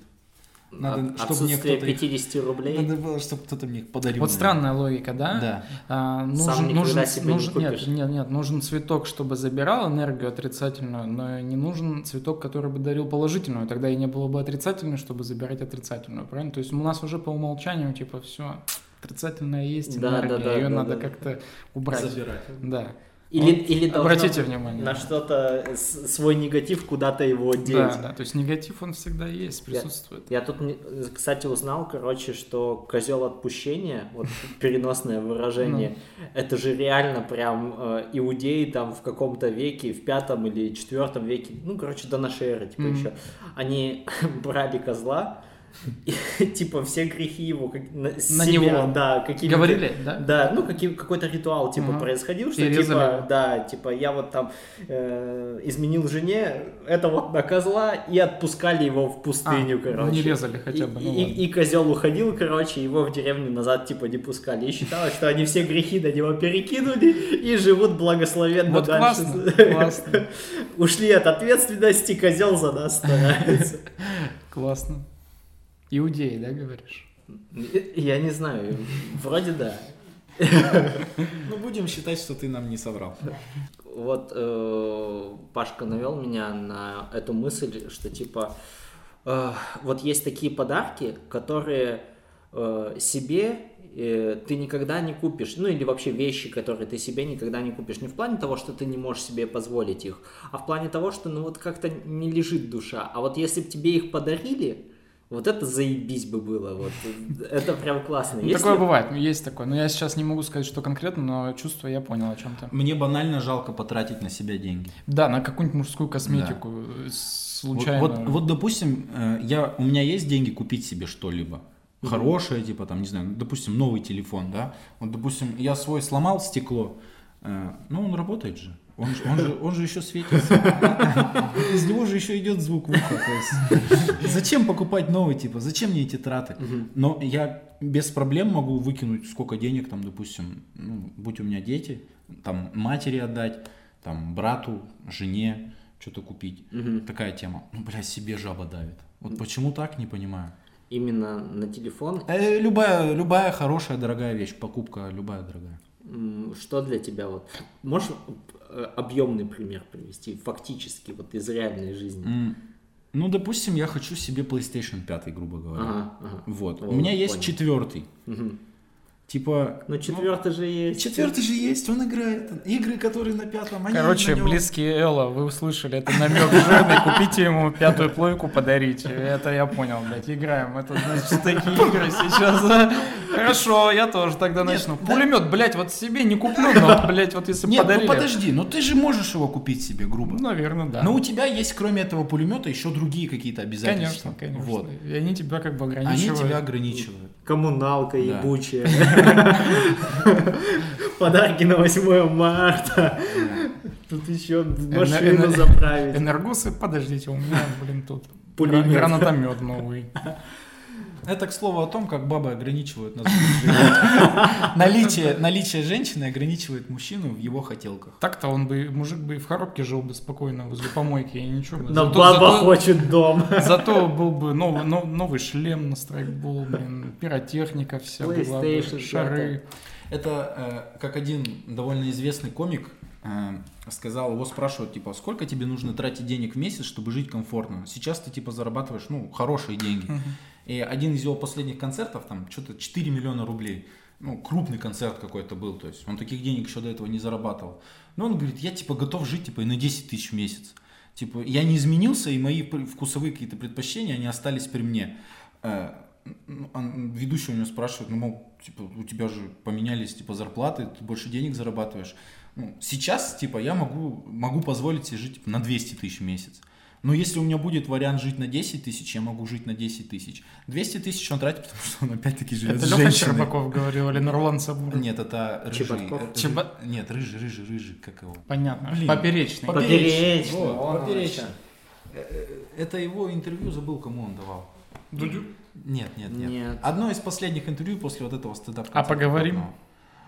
А
Надо, чтобы мне
Отсутствие
кто-то их...
50 рублей.
Надо было, чтобы кто-то мне их подарил.
Вот
наверное.
странная логика, да?
Да.
А, нужен,
Сам никогда
нужен,
себе не
нужен-
купишь.
нет, нет, нет, нужен цветок, чтобы забирал энергию отрицательную, но не нужен цветок, который бы дарил положительную, тогда и не было бы отрицательной, чтобы забирать отрицательную, правильно? То есть у нас уже по умолчанию типа все отрицательное есть
Да,
энергия,
да, да, да,
ее надо
да.
как-то убрать.
Забирать.
Да.
Или, или должно
Обратите
быть
внимание.
на что-то с- свой негатив куда-то его деть.
Да, да, то есть негатив он всегда есть, присутствует.
Я тут, не- кстати, узнал, короче, что козел отпущения, вот переносное выражение,
Ну.
это же реально прям э, иудеи там в каком-то веке, в пятом или четвертом веке, ну, короче, до нашей эры, типа еще, они брали козла, и, типа все грехи его как- на,
На
себя,
него.
да, какими-то-
Говорили, да?
да, ну каким, какой-то ритуал типа
Мгм.
происходил, что
И резали
типа,
его.
да, типа я вот там э, изменил жене, это вот на козла и отпускали его в пустыню,
А,
короче.
не резали хотя бы,
И,
ну
и-
ладно.
и козел уходил, короче, его в деревню назад типа не пускали. И считалось, что они все грехи на него перекинули и живут благословенно
Вот
дальше.
классно, классно,
Ушли от ответственности, козел за нас старается.
классно. Иудеи, да, говоришь?
Я не знаю, вроде да.
Ну, будем считать, что ты нам не соврал.
Вот э, Пашка навел меня на эту мысль, что типа э, вот есть такие подарки, которые э, себе э, ты никогда не купишь, ну или вообще вещи, которые ты себе никогда не купишь, не в плане того, что ты не можешь себе позволить их, а в плане того, что ну вот как-то не лежит душа, а вот если бы тебе их подарили, вот это заебись бы было, вот это прям классно.
Ну,
Если-
Такое бывает, ну, есть такое. Но я сейчас не могу сказать, что конкретно, но чувство я понял о чем-то.
Мне банально жалко потратить на себя деньги.
Да, на какую-нибудь мужскую косметику э,
Вот,
случайно.
вот- вот, допустим, э, я, у меня есть деньги купить себе что-либо. Хорошее, типа там, не знаю, ну, допустим, новый телефон, да. Вот, допустим, я свой сломал стекло, э, ну он работает же. Он, же- он же, он же еще светится. Из него же еще идет звук в ухо. то есть, Зачем покупать новый, типа? Зачем мне эти траты? Но я без проблем могу выкинуть сколько денег, там, допустим, ну, будь у меня дети, там, матери отдать, там, брату, жене что-то купить. Такая тема. Ну, бля, себе жаба давит. Вот почему так, не понимаю.
Именно на телефон
Э, любая, любая хорошая, дорогая вещь, покупка любая дорогая.
М, Что для тебя вот? Можешь э, объемный пример привести, фактически, вот из реальной жизни?
М, Ну, допустим, я хочу себе PlayStation 5, грубо говоря.
Ага, ага.
Вот.
О,
У меня есть
понял.
четвертый.
Мгм.
Типа...
Ну, четвертый же есть.
Четвертый же есть, он играет. Игры, которые на пятом, они
Короче,
на нём.
близкие Элла, вы услышали, это намек жирный, купите ему пятую плойку, подарите. Это я понял, блядь, играем. Это, значит, такие игры сейчас. а. Хорошо, я тоже тогда начну. Пулемет, блядь, вот себе не куплю, но, блядь, вот если
Нет,
подарили...
ну подожди, но ты же можешь его купить себе, грубо.
Наверное, да.
Но у тебя есть, кроме этого пулемета, еще другие какие-то обязательства.
конечно, конечно.
Вот.
И они тебя как бы
Они
ограничивают.
тебя ограничивают.
Коммуналка
Да.
ебучая. Подарки на 8 марта. Тут еще машину
эно-
заправить.
Энергосы, подождите, у меня, блин, тут
Пулемет.
гра- гранатомет новый.
Это, к слову, о том, как бабы ограничивают нас. Наличие, наличие женщины ограничивает мужчину в его хотелках.
Так-то он бы, мужик бы и в коробке жил бы спокойно возле помойки, и ничего бы.
Но
Зато-
баба
зато-
хочет дом.
Зато был бы новый, нов- новый шлем на страйкбол, блин, пиротехника вся была бы,
PlayStation,
шары.
Это э, как один довольно известный комик э, сказал, его спрашивают, типа, сколько тебе нужно тратить денег в месяц, чтобы жить комфортно? Сейчас ты, типа, зарабатываешь, ну, хорошие деньги. И один из его последних концертов, там, что-то 4 миллиона рублей. Ну, крупный концерт какой-то был, то есть он таких денег еще до этого не зарабатывал. Но он говорит, я, типа, готов жить, типа, и на 10 тысяч в месяц. Типа, я не изменился, и мои пр- вкусовые какие-то предпочтения, они остались при мне. Э, ну, он- Ведущий у него спрашивает, ну, мол, типа, у тебя же поменялись, типа, зарплаты, ты больше денег зарабатываешь. Ну, сейчас, типа, я могу, могу позволить себе жить типа, на 200 тысяч в месяц. Но если у меня будет вариант жить на 10 тысяч, я могу жить на 10 тысяч. 200 тысяч он тратит, потому что он опять-таки живет
Это
с
Леха
женщиной.
Щербаков говорил, или Нурлан Сабур.
Нет, это рыжий.
Чеботков?
э, рыжий-
Чебо-
Нет, рыжий, рыжий, рыжий, как его?
Понятно,
Блин.
поперечный.
Поперечный.
Вот,
вон он
поперечный. Э,
еще.
Это его интервью, забыл, кому он давал.
Дудю?
Нет, нет, нет.
Нет.
Одно из последних интервью после вот этого стендап
А поговорим?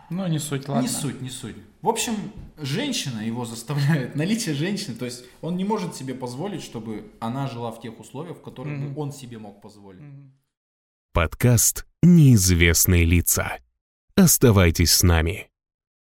Ну, не суть, ладно.
Не суть, не суть. В общем, женщина его заставляет, наличие женщины, то есть он не может себе позволить, чтобы она жила в тех условиях, в которых бы
Мгм.
он себе мог позволить.
Мгм.
Подкаст «Неизвестные лица». Оставайтесь с нами.